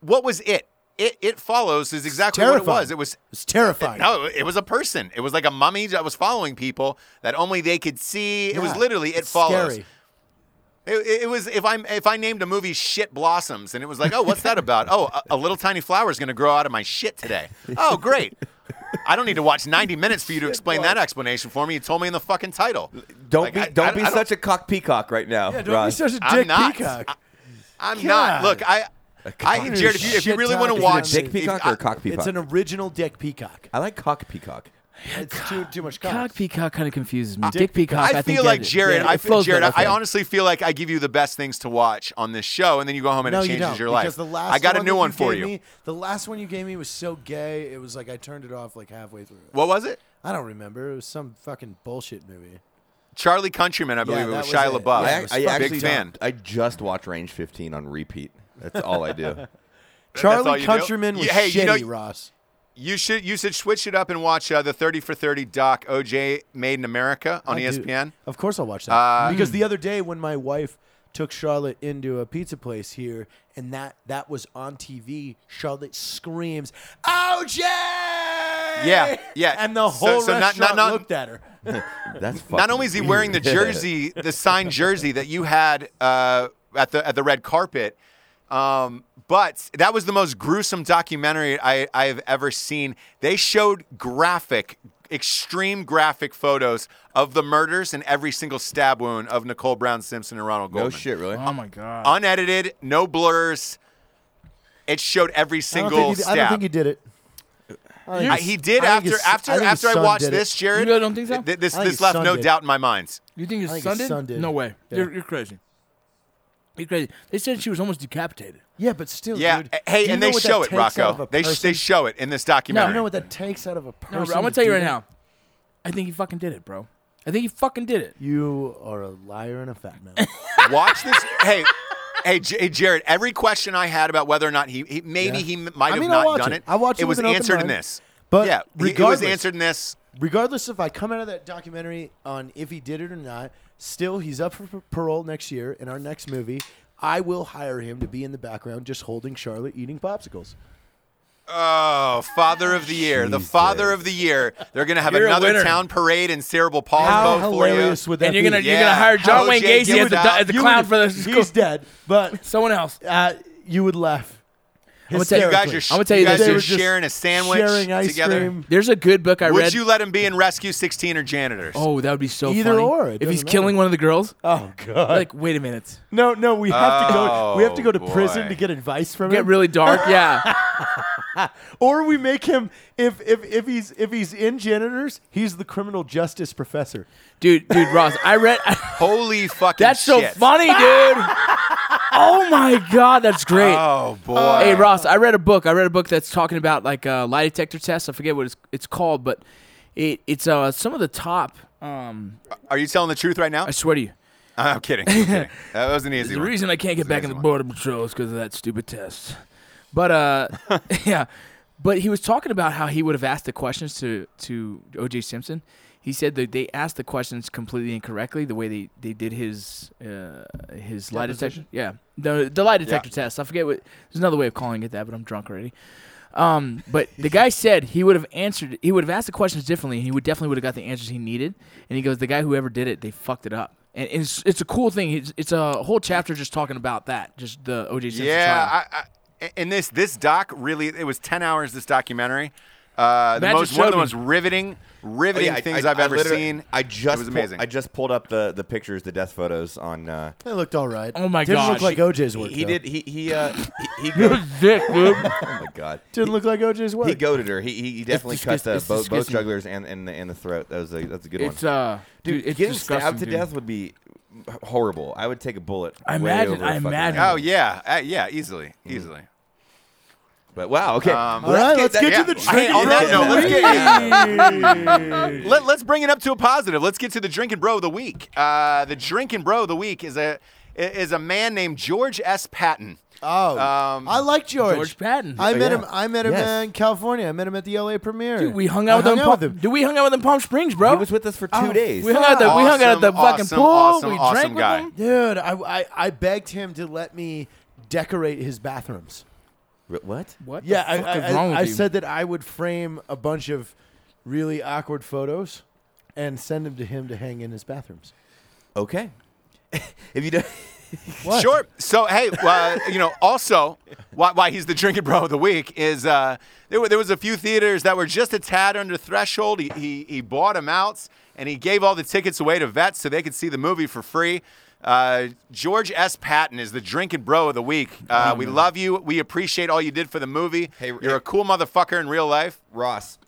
C: What was it? It it follows is exactly
E: Terrifying.
C: what it was. It was
E: It was terrifying.
C: no, it was a person. It was like a mummy that was following people that only they could see. It was
E: Yeah.
C: literally it
E: It's
C: follows.
E: Scary.
C: It, it- it was if I'm if I named a movie Shit Blossoms and it was like, oh, what's that about? Oh, a, a little tiny flower is going to grow out of my shit today. Oh, great. I don't need to watch 90 minutes for you to explain that explanation for me. You told me in the fucking title.
F: Don't
C: Like,
F: be
C: I-
F: don't
C: I-
F: be
C: I
F: such a cock peacock right now.
E: Yeah, don't
F: Ron.
E: be such a
C: I'm
E: dick
C: not.
E: peacock.
C: I'm
E: God.
C: not. Look, I, I
F: cock-
C: Jared, if you, if you
E: Shit
C: really want to
E: talk. Is it a
C: watch,
F: dick
C: if-
F: peacock
C: I-
F: or cock peacock?
E: It's an original dick peacock.
F: I like cock peacock.
E: It's too too much cock.
D: Cock peacock kind of confuses me. Dick peacock.
C: I,
D: I, think
C: feel like
D: that-
C: Jared.
D: yeah,
C: I
D: it
C: feel,
D: flows
C: Jared. I,
D: better.
C: I honestly feel like I give you the best things to watch on this show, and then you go home and
E: no,
C: it
E: you
C: changes
E: don't.
C: your life.
E: Because the last
C: I got a
E: one
C: new
E: that
C: one for
E: gave
C: you.
E: Me, the last one you gave me was so gay. It was like I turned it off like halfway through.
C: What was it?
E: I don't remember. It was some fucking bullshit movie.
C: Charlie Countryman, I believe
E: that
C: it was
E: was
C: Shia
E: it.
C: LaBeouf.
E: Yeah, it
F: I,
E: was
F: I
E: fucking
F: actually
C: Oh, big fan.
F: I just watch Range 15 on repeat. That's all
C: <laughs>
F: I do.
C: all
E: Charlie
C: you do?
E: Countryman
C: You-
E: was
C: hey,
E: shitty,
C: you know-
E: Ross.
C: You should you should switch it up and watch uh, the Thirty for Thirty doc OJ Made in America on E
E: I do-
C: ESPN.
E: Of course, I'll watch that
C: Uh,
E: because the other day when my wife took Charlotte into a pizza place here, and that that was on TV. Charlotte screams, "OJ!"
C: Yeah, yeah.
E: and the
C: So-
E: whole
C: so not- not-
E: restaurant
C: not-
E: looked at her.
C: Not
F: That's fucking
C: only is he wearing the
F: <laughs> weird.
C: jersey, the signed jersey that you had uh, at the at the red carpet, um, but that was the most gruesome documentary I, I have ever seen. They showed graphic, extreme graphic photos of the murders and every single stab wound of Nicole Brown Simpson and Ronald
F: no
C: Goldman.
F: shit, really.
D: Oh my god.
C: unedited, no blurs. It showed every
E: I don't,
C: single
E: think he, did-
C: stab.
E: I don't think he did it. I think
C: I-
E: his-
C: he did
E: I think
C: after
E: his-
C: after
E: I think his
C: after I
E: son
C: watched
E: did it.
C: this, Jared.
D: You really don't think so?
C: th- this
E: I think
C: this
E: his
C: left
E: son
C: no
E: did.
C: doubt in my mind.
D: You think his,
E: I think
D: son,
E: his
D: did?
E: son did.
D: No way.
E: Yeah.
D: You're, you're crazy. You're crazy. They said she was almost decapitated.
E: Yeah, but <laughs> still,
C: Yeah.
E: dude.
C: a- Hey,
E: do you
C: and
E: know
C: they
E: what that
C: show it,
E: takes out of
C: Rocco.
E: a
C: They sh-
E: person?
C: they show it in this
E: Do
C: documentary.
E: you know what that takes out of a person?
D: No, bro, I'm gonna
E: to
D: tell you
E: do
D: right
E: that?
D: now. I think he fucking did it, bro. I think he fucking did it.
E: You are a liar and a fat
C: <laughs>
E: man.
C: <laughs> Watch
E: <laughs>
C: this. hey, hey, J- hey, Jared. Every question I had about whether or not he, he maybe
E: Yeah.
C: he m- might
E: I
C: have
E: mean, I'll
C: not
E: watch
C: done
E: it.
C: it.
E: I'll watch it
C: was
E: with an open
C: answered in
E: mind.
C: this.
E: But
C: yeah, he- it was
E: regardless-
C: answered in this.
E: regardless if I come out of that documentary on if he did it or not, still he's up for p- parole next year in our next movie. I will hire him to be in the background just holding Charlotte eating popsicles.
C: Oh, Father of the Year, the Father of the Year. They're gonna have
D: You're a
C: another
D: winner.
C: town parade in Cerebral Palsy
E: How
C: for you.
E: hilarious would that
D: And you're
E: be?
D: gonna
C: Yeah.
D: you're gonna hire John
C: How
D: Wayne
C: Jake
D: Gacy as the,
C: Gilmour-
D: do- as the
E: You
D: clown
E: would-
D: for the
E: He's
D: school.
E: dead, but
D: Someone else.
E: uh, you would laugh.
D: I'm gonna tell
C: You guys are.
E: hysterically.
D: I'm gonna tell you
C: guys
D: this.
E: They
C: are
E: were just
C: sharing a sandwich
E: sharing ice
C: together.
E: cream.
D: There's a good book I
C: Would
D: read.
C: you let him be in Rescue 16 or janitors?
D: oh, that would be so
E: Either
D: funny.
E: or, it
D: If he's
E: doesn't
D: killing one of the girls,
E: Oh god!
D: like wait
E: <laughs>
D: a minute,
E: no, no, we have to go. We have to go to
C: Oh, boy.
E: prison to get advice from
D: get
E: him.
D: really dark.
E: <laughs>
D: Yeah,
E: or we make him if if if he's if he's in janitors, he's the criminal justice professor.
D: dude, dude, Ross. I read. <laughs>
C: Holy fucking
D: that's so
C: shit.
D: funny, dude.
E: <laughs>
D: oh my god, that's great.
C: Oh boy.
D: Hey Ross, I read a book. I read a book that's talking about like uh, lie detector tests. I forget what it's, it's called, but it, it's uh, some of the top. Um,
C: Are you telling the truth right now?
D: I swear to you,
C: <laughs> I'm kidding. I'm kidding. That was an easy
D: the
C: one.
D: reason I can't get
C: That's an
D: back in
C: easy
D: the
C: one.
D: border patrol is because of that stupid test. But uh,
C: <laughs>
D: <laughs> yeah, but he was talking about how he would have asked the questions to to O.J. Simpson. He said that they asked the questions completely incorrectly. The way they, they did his uh, his lie detector, yeah, the the lie detector test. I forget what. There's another way of calling it that, but I'm drunk already. Um, but the guy said he would have answered. He would have asked the questions differently, and he would definitely would have got the answers he needed. And he goes, the guy who ever did it, they fucked it up. And it's it's a cool thing. It's, it's a whole chapter just talking about that, just the OJ Simpson trial.
C: Yeah, I, I, and this this doc really it was ten hours. This documentary, uh, the
D: Matt
C: most
D: just
C: one of the
D: showed me.
C: most riveting,
F: Oh,
C: riveting
F: yeah, I-
C: things
F: I,
C: have ever
F: literally-
C: seen.
F: I just
C: it was
F: pull-
C: amazing.
F: I just pulled up the the pictures, the death photos on. Uh,
E: They looked all right.
D: Oh, my
E: Didn't
D: gosh.
E: look like OJ's
F: he,
E: work.
F: he
E: though.
F: did. He he uh, <laughs> he, he
D: You're
F: go-
D: a dick, dude.
F: Oh my god.
E: Didn't look like OJ's work.
F: He goaded her. He, he he definitely cut
D: disgust-
F: the
D: it's
F: both, both
D: disgusting.
F: jugglers and, and the and the throat. That was a, that's a good
D: it's
F: one.
D: uh, dude, it's
F: getting
D: disgusting,
F: stabbed to
D: dude.
F: death would be h- horrible. I would take a bullet.
D: I
F: way
D: imagine-
F: over a
D: I
F: fucking
D: imagine.
C: oh
F: animal.
C: yeah, uh, yeah, easily, easily.
F: But wow. Okay.
C: Um,
E: all right, let's get
C: yeah.
E: to the
C: Hey,
E: drinking
C: on that
E: bro
C: note,
E: of
C: let's
E: the
C: get-
E: week.
C: Let, let's bring it up to a positive. Let's get to the drinking bro of the week. Uh, the drinking bro of the week is a i- is a man named George S. Patton.
E: Oh,
C: Um,
E: I like George.
D: George Patton.
E: I met
F: yeah.
E: him. I met him
F: Yes.
E: in California. I met him at the LA premiere.
D: Dude, we hung out, with,
E: I
D: them.
E: hung out with him.
D: Dude, we hung out with them Palm Springs, bro. Oh.
F: He was with us for two days.
D: We hung out at the, we hung out at the
C: Awesome,
D: fucking
C: awesome,
D: pool.
C: awesome,
D: we
C: awesome
D: drank
C: guy.
D: with them.
E: Dude, I, I I begged him to let me decorate his bathrooms.
F: R- What?
D: What?
E: Yeah,
D: the
E: I,
D: fuck
E: I,
D: is wrong with
E: I, I
D: you?
E: said that I would frame a bunch of really awkward photos and send them to him to hang in his bathrooms.
F: Okay. <laughs> if you don't,
E: What?
C: Sure. So hey, uh, you know, also why, why he's the drinking bro of the week is uh, there were there was a few theaters that were just a tad under threshold. He he, he bought them out and he gave all the tickets away to vets so they could see the movie for free. Uh, George S. Patton is the drinking bro of the week. Uh, we love you. We appreciate all you did for the movie.
F: Mm. Hey,
C: You're
F: hey.
C: a cool motherfucker in real life.
F: Ross,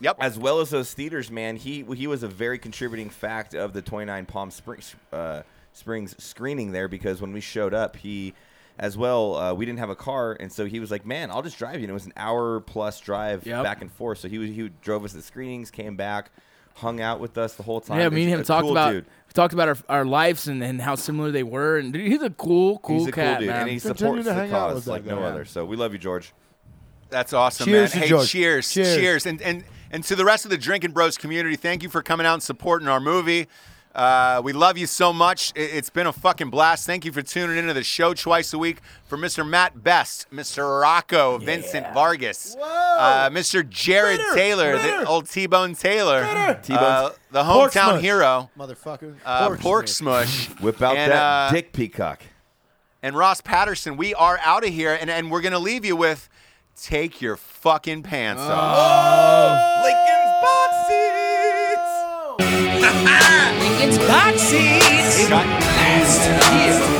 C: Yep.
F: as well as those theaters, man, he he was a very contributing fact of the 29 Palm Springs uh, Springs screening there because when we showed up, he as well uh, we didn't have a car, and so he was like, "Man, I'll just drive you." And it was an hour plus drive
D: Yep.
F: back and forth. So he was, he drove us to the screenings, came back, hung out with us the whole time.
D: Yeah, me and
F: He's
D: him
F: a
D: talked
F: cool
D: about
F: dude.
D: talked about our, our lives and, and how similar they were. And dude, he's a cool, cool
F: He's a
D: cat,
F: cool dude,
D: man.
F: and he
E: Continue
F: supports
E: to
F: the
E: hang out with
F: cause
E: that
F: like no
E: guy.
F: other. So we love you, George.
C: That's awesome,
E: Cheers
C: man. hey,
E: to George.
C: cheers,
E: Cheers.
C: cheers, and and and to the rest of the Drinking Bros community. Thank you for coming out and supporting our movie. Uh, we love you so much. It, it's been a fucking blast. Thank you for tuning into the show twice a week. For Mr. Matt Best, Mr. Rocco, Vincent Vargas, Uh, Mr. Jared Taylor,
E: Ritter.
C: the old T-Bone Taylor,
F: T-Bone's-
C: uh, the
E: Pork
C: hometown
E: smush.
C: hero,
E: Motherfucker.
C: uh,
E: Pork
C: Pork
E: smush.
C: Smush.
F: Whip out
C: And,
F: that
C: uh,
F: dick peacock.
C: and Ross Patterson, we are out of here, and, and we're gonna leave you with take your fucking pants off.
F: Lincoln's box seats.
G: Lincoln's box seats.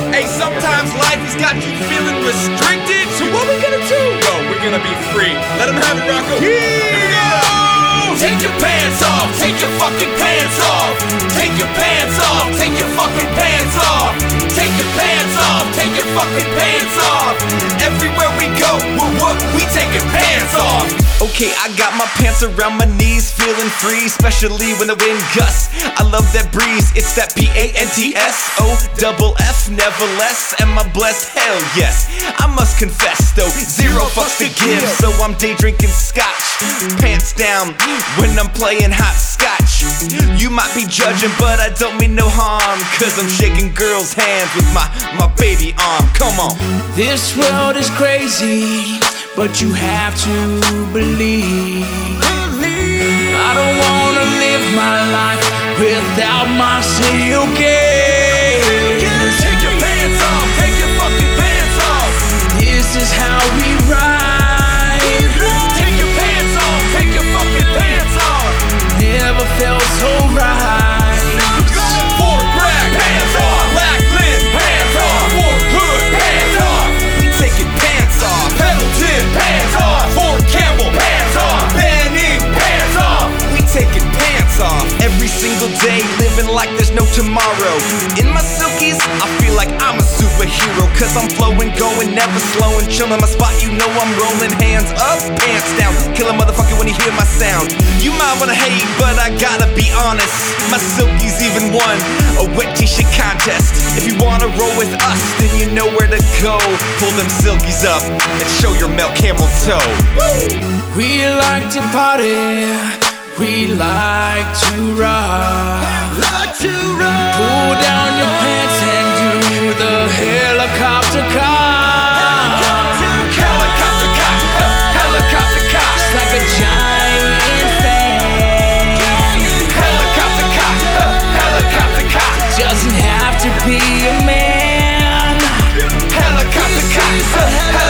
H: Hey, sometimes life has got you feeling restricted. So what we gonna do? Yo, we're gonna be free. Let 'em have it, Rocco. Here we go. Take your pants off. Take your fucking pants off. Take your pants off. Take your fucking pants off. Take your pants off. Take your fucking pants off. Everywhere we go, we're what we taking pants off. Okay, I got my pants around my knees, feeling free, especially when the wind gusts. I love that breeze. It's that B A N T S O double F, never less. Am I blessed? Hell yes. I must confess though, zero fucks to give. So I'm day drinking scotch, pants down when I'm playing hopscotch. You might be judging, but I don't mean no harm. Cause I'm shaking girls' hands with my, my baby arm. Come on.
G: This world is crazy, but you have to believe. I don't wanna live my life without my CLK.
H: Take your pants off, take your fucking pants off.
G: This is how we ride.
H: Take your pants off, take your fucking pants off.
G: Never felt so right.
H: Fort Bragg, pants off. Lackland, pants off. Fort Hood, pants off. We taking pants off. Pendleton, pants off. Fort Campbell, pants off. Banning, pants off. We taking pants off. Every single day, living like there's no tomorrow. In my silkies, I feel like I'm a superhero. Cause I'm flowing, going, never slowing. Chillin' my spot, you know I'm rolling. Hands up, pants down. Kill a motherfucker when you hear my sound. You might wanna hate, but I gotta be honest. My silkies even won a wet t-shirt contest. If you wanna roll with us, then you know where to go. Pull them silkies up and show your Mel Camel toe.
G: We like to party. We like to ride. Like to ride. Pull down your pants and do the helicopter climb.
H: Helicopter cock, helicopter cock,
G: It's like a giant fan.
H: helicopter cock, helicopter cock,
G: Doesn't have to be a man.
H: helicopter cock, helicopter